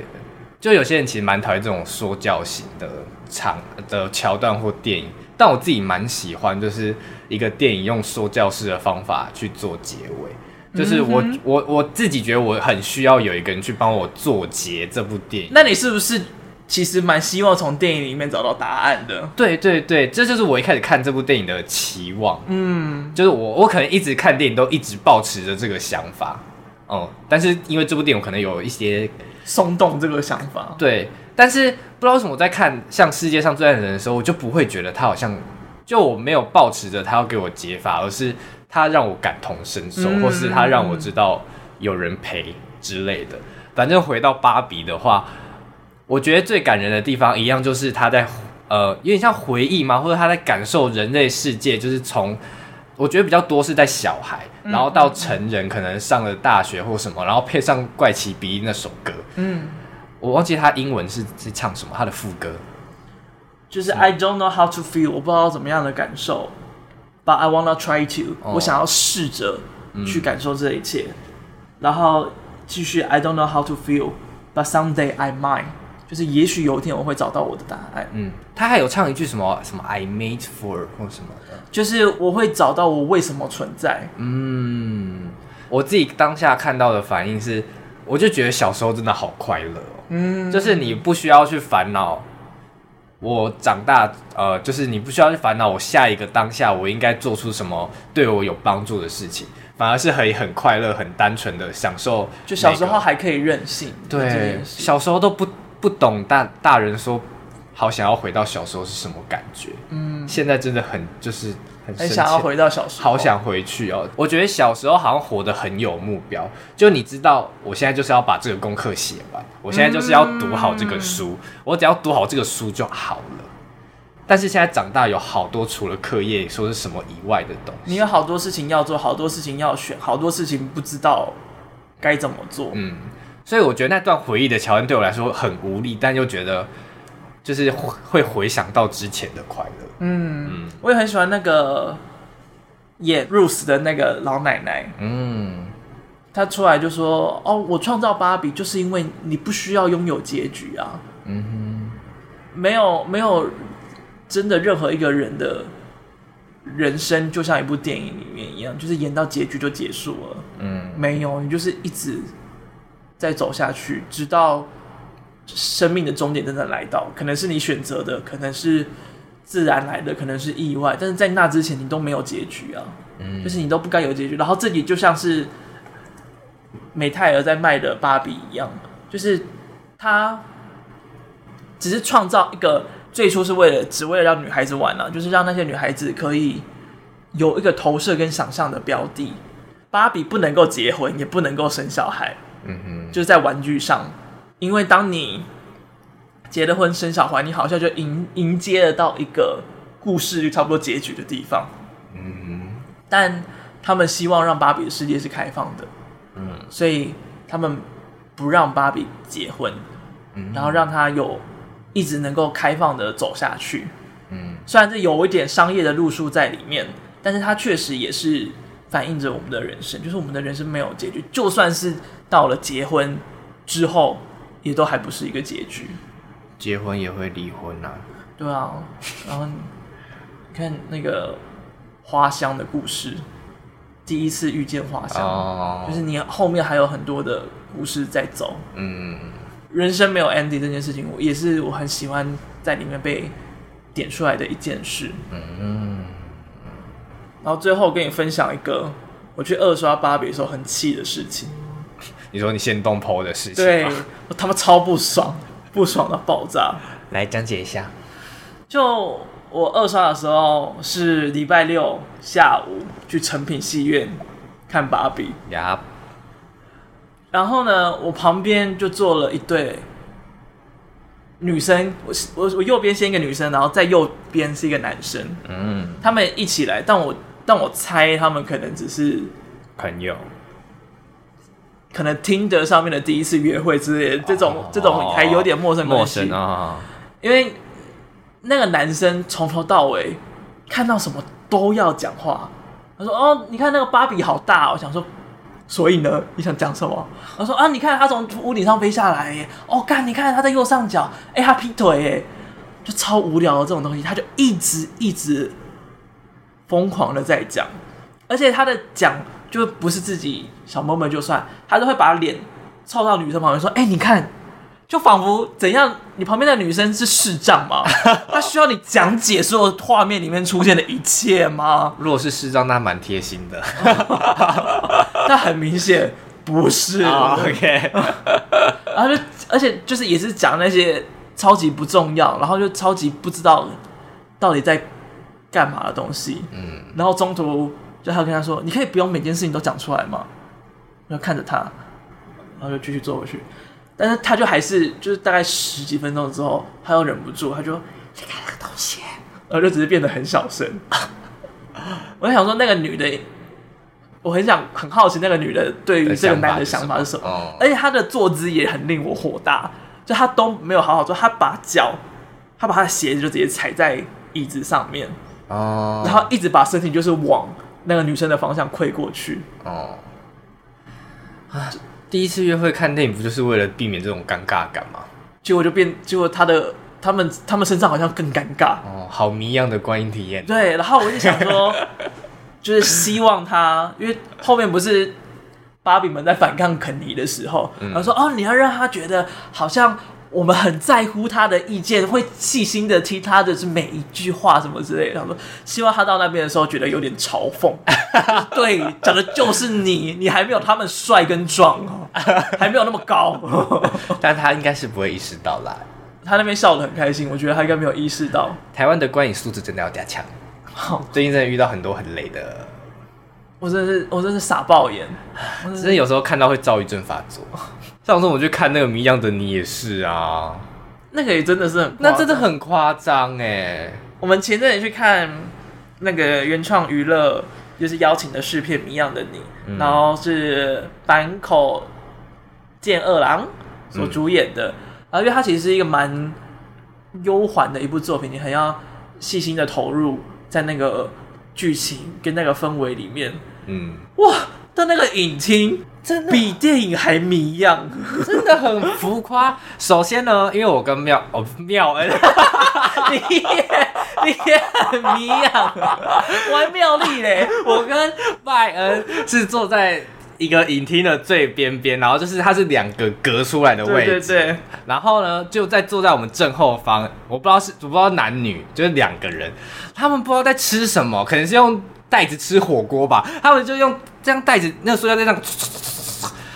就有些人其实蛮讨厌这种说教型的场的桥段或电影，但我自己蛮喜欢，就是一个电影用说教式的方法去做结尾。就是我、嗯哼我我自己觉得我很需要有一个人去帮我做结这部电影。那你是不是其实蛮希望从电影里面找到答案的？对对对，这就是我一开始看这部电影的期望。嗯，就是我我可能一直看电影都一直保持着这个想法，哦、但是因为这部电影我可能有一些松动这个想法，对，但是不知道为什么我在看像《世界上最爱的人》的时候，我就不会觉得他好像就我没有保持着他要给我解法，而是他让我感同身受，嗯或是他让我知道有人陪之类的。反正回到芭比的话，我觉得最感人的地方一样就是他在呃有点像回忆嘛，或者他在感受人类世界，就是从。我觉得比较多是在小孩，然后到成人，可能上了大学或什么，然后配上怪奇比利那首歌，嗯，我忘记他英文是是唱什么，他的副歌。就是 I don't know how to feel，我不知道怎么样的感受，but I wanna try to，、哦嗯我想要试着去感受这一切，然后继续 I don't know how to feel，but someday I might，就是也许有一天我会找到我的答案，嗯，他还有唱一句什么什么 I made for 或什么的。就是我会找到我为什么存在，嗯，我自己当下看到的反应是，我就觉得小时候真的好快乐哦。嗯，就是你不需要去烦恼。我长大，呃，就是你不需要去烦恼我下一个当下我应该做出什么对我有帮助的事情，反而是可以很快乐、很单纯的享受。就小时候还可以任性，这对，件事小时候都不不懂大大人说，好想要回到小时候是什么感觉。嗯，现在真的很就是很很深想要切回到小时候，好想回去哦。我觉得小时候好像活得很有目标，就你知道，我现在就是要把这个功课写完，我现在就是要读好这个书，嗯我只要读好这个书就好了。但是现在长大有好多除了课业说是什么以外的东西，你有好多事情要做，好多事情要选，好多事情不知道该怎么做。嗯，所以我觉得那段回忆的桥段对我来说很无力，但又觉得就是会会回想到之前的快乐。嗯，我也很喜欢那个演 Rose 的那个老奶奶，嗯，她出来就说：“哦，我创造芭比就是因为你不需要拥有结局啊，嗯没有没有真的任何一个人的人生就像一部电影里面一样，就是演到结局就结束了。”嗯没有，你就是一直在走下去，直到生命的终点真的来到。可能是你选择的，可能是自然来的，可能是意外，但是在那之前你都没有结局啊，嗯就是你都不该有结局。然后这里就像是美泰尔在卖的芭比一样，就是他只是创造一个最初是为了只为了让女孩子玩啊，就是让那些女孩子可以有一个投射跟想象的标的。芭比不能够结婚，也不能够生小孩，嗯哼，就是在玩具上，因为当你结了婚生小孩，你好像就迎迎接得到一个故事就差不多结局的地方。嗯但他们希望让芭比的世界是开放的，嗯，所以他们不让芭比结婚，嗯然后让她有一直能够开放的走下去。嗯虽然这有一点商业的路数在里面，但是它确实也是反映着我们的人生，就是我们的人生没有结局，就算是到了结婚之后，也都还不是一个结局。结婚也会离婚呐、对 [LAUGHS] 啊，然后你看那个花香的故事，第一次遇见花香，哦就是你后面还有很多的故事在走。嗯人生没有 ending 这件事情，我也是我很喜欢在里面被点出来的一件事。嗯然后最后跟你分享一个我去二刷芭比的时候很气的事情，你说你先动剖的事情，对，我他妈超不爽，不爽到爆炸。来讲解一下。就我二刷的时候是礼拜六下午去成品戏院看芭比，呀，然后呢，我旁边就坐了一对女生，我我我右边先一个女生，然后在右边是一个男生，嗯，他们一起来，但我但我猜他们可能只是朋友，可能听得上面的第一次约会之类的，这种、哦这种还有点陌生陌关系，生啊、因为那个男生从头到尾看到什么都要讲话，他说：“哦，你看那个芭比好大、哦。”我想说，所以呢，你想讲什么？他说：“啊，你看他从屋顶上飞下来耶！哦，干，你看他在右上角，哎，他劈腿耶！”就超无聊的这种东西，他就一直一直疯狂的在讲，而且他的讲就不是自己小妹妹就算，他都会把脸凑到女生旁边说：“哎、你看。”就仿佛怎样，你旁边的女生是视障吗？她需要你讲解所有画面里面出现的一切吗？如果是视障，那蛮贴心的。那很明显不是，啊然 OK，后就而且就是也是讲那些超级不重要，然后就超级不知道到底在干嘛的东西。嗯，然后中途就他跟他说：“你可以不用每件事情都讲出来吗？”然后看着他，然后就继续坐回去。但是他就还是就是大概十几分钟之后，他又忍不住，他就你看那个东西，然后就只是变得很小声。 [LAUGHS] 我在想说那个女的，我很想很好奇那个女的对于这个男的想法是什么。哦而且他的坐姿也很令我火大，就他都没有好好坐，他把脚，他把他的鞋子就直接踩在椅子上面， [LAUGHS] 哦，然后一直把身体就是往那个女生的方向跪过去。哦，啊，第一次约会看电影不就是为了避免这种尴尬感吗？结果就变，结果他的他们他们身上好像更尴尬。哦，好迷样的观影体验。对，然后我就想 [LAUGHS] 说，就是希望他，因为后面不是芭比们在反抗肯尼的时候，嗯然后说哦，你要让他觉得好像我们很在乎他的意见，会细心的听他的是每一句话什么之类的。他说希望他到那边的时候觉得有点嘲 [LAUGHS] 讽，就是对，讲的就是你，你还没有他们帅跟壮哦，还没有那么高。但他应该是不会意识到啦。他那边笑得很开心，我觉得他应该没有意识到。台湾的观影素质真的要加强。最近真的遇到很多很累的，我真的是，我真的是傻爆眼。真的有时候看到会躁郁症发作。上次我去看那个《迷样的你》也是啊，那个也真的是很夸张，那真的很夸张哎。我们前阵子去看那个原创娱乐，就是邀请的试片《谜样的你》嗯然后是坂口健二郎所主演的。然后，因为它其实是一个蛮悠缓的一部作品，你很要细心的投入在那个剧情跟那个氛围里面。嗯，哇，但那个影厅真比电影还迷 [LAUGHS] 样，真的很浮夸。首先呢，因为我跟妙哦妙恩，你也你也很迷样，我还妙丽嘞，我跟麦恩是坐在一个影厅的最边边，然后就是它是两个隔出来的位对置，对对。然后呢，就在坐在我们正后方，我不知道是我不知道男女，就是两个人，他们不知道在吃什么，可能是用袋子吃火锅吧，他们就用这样袋子那个塑料袋这样，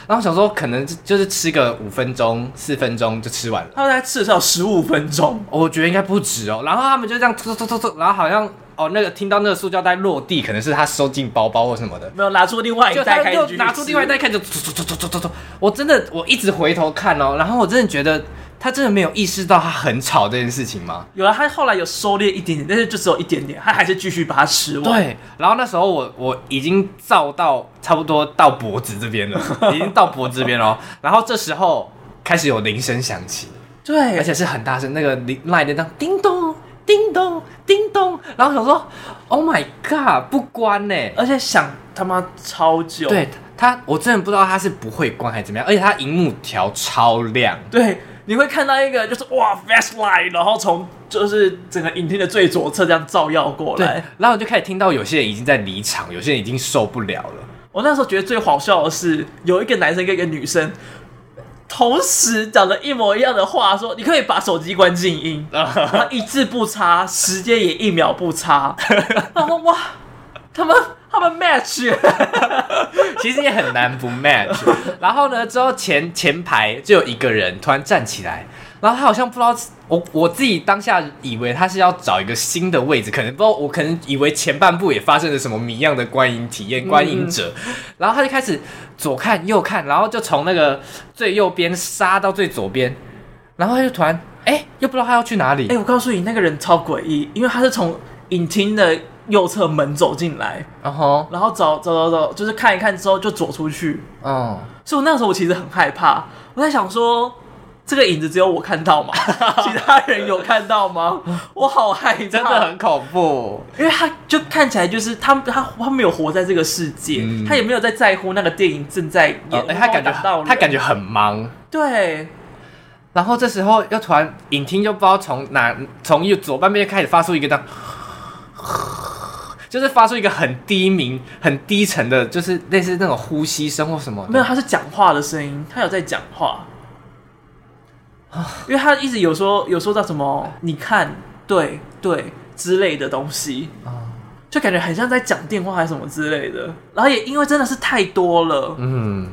然后想说可能就是吃个五分钟四分钟就吃完了，他们在至少十五分钟，我觉得应该不止哦。然后他们就这样突突突突，然后好像哦那个听到那个塑胶袋落地，可能是他收进包包或什么的，没有拿出另外一就袋他开又始拿出另外一袋看，就突突突突突突突，我真的我一直回头看哦，然后我真的觉得他真的没有意识到他很吵这件事情吗？有啊了，他后来有收敛一点点，但是就只有一点点，他还是继续把它吃完。，对，然后那时候我我已经燥到差不多到脖子这边了，已经到脖子这边了哦，然后这时候开始有铃声响起，对，而且是很大声，那个铃赖铃铛叮咚叮咚叮咚，然后想说 Oh my God，不关呢、而且想他妈超久。对他，我真的不知道他是不会关还是怎么样，而且他荧幕调超亮。对，你会看到一个就是哇 flash light，然后从就是整个影厅的最左侧这样照耀过对来。，然后我就开始听到有些人已经在离场，有些人已经受不了了。 [LAUGHS] 我那时候觉得最好笑的是，有一个男生跟一个女生。同时讲了一模一样的话，说你可以把手机关静音，他一字不差，时间也一秒不差。他说哇，他们他们 match 耶其实也很难不 match。然后呢，之后前前排就有一个人突然站起来，然后他好像不知道我我自己当下以为他是要找一个新的位置，可能不知道我可能以为前半部也发生了什么谜样的观影体验，观影者，然后他就开始左看右看，然后就从那个最右边杀到最左边，然后他就突然哎又不知道他要去哪里哎、，我告诉你，那个人超诡异，因为他是从影厅的右侧门走进来，然后然后找找找找，就是看一看之后就走出去。嗯。所以我那时候我其实很害怕，我在想说，这个影子只有我看到吗？ [LAUGHS] 其他人有看到吗？我好害怕，真的很恐怖。因为他就看起来就是他他他没有活在这个世界，嗯他也没有在在乎那个电影正在演，呃哎他感觉到他感觉很忙，对，然后这时候又突然影厅就不知道从哪从右左半边开始发出一个这样， [LAUGHS] 就是发出一个很低鸣、很低沉的，就是类似那种呼吸声或什么的。没有他是讲话的声音，他有在讲话，因为他一直有说有说到什么你看对对之类的东西，哦就感觉很像在讲电话还是什么之类的，然后也因为真的是太多了，嗯，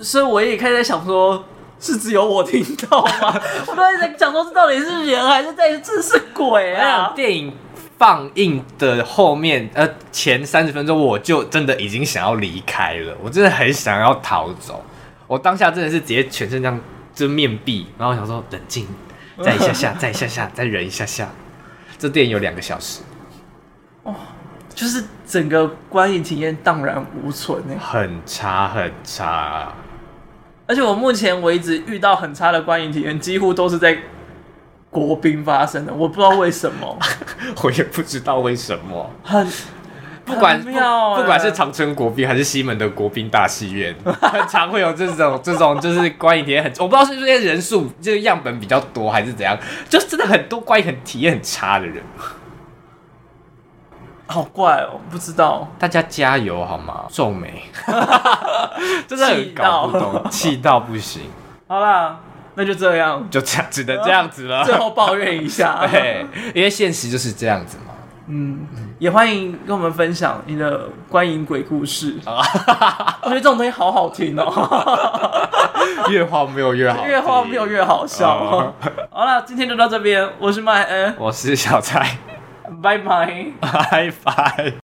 所以我也开始在想说。是只有我听到 [LAUGHS] 吗？我都在想说，这到底是人还是在这是鬼我想啊？电影放映的后面，呃，前三十分钟我就真的已经想要离开了，我真的很想要逃走。我当下真的是直接全身这样遮面壁，然后想说冷静，再一下下，再一下下，再忍一下下。这电影有两个小时，就是整个观影体验荡然无存哎、很差很差。而且我目前为止遇到很差的观影体验，几乎都是在国宾发生的，我不知道为什 [LAUGHS] 么，我也不知道为什么，很不管很不妙欸不管是长春国宾还是西门的国宾大戏院， [LAUGHS] 很常会有这种这种就是观影体验很，我不知道是不是因为人数就是样本比较多还是怎样，就是真的很多观影很体验很差的人，好怪哦、不知道。大家加油好吗？皱眉， [LAUGHS] 真的气很到搞不懂，气到不行，好啦，那就这样，就这样，只能这样子 [LAUGHS] 了。最后抱怨一 [LAUGHS] 下。对，因为现实就是这样子嘛。嗯，也欢迎跟我们分享你的观影鬼故事。啊 [LAUGHS] 我觉得这种东西好好听哦、越荒谬越 [LAUGHS] 好，越荒谬。越好笑。好啦，今天就到这边，我是麦恩，我是小蔡，拜拜。 [LAUGHS] 拜拜。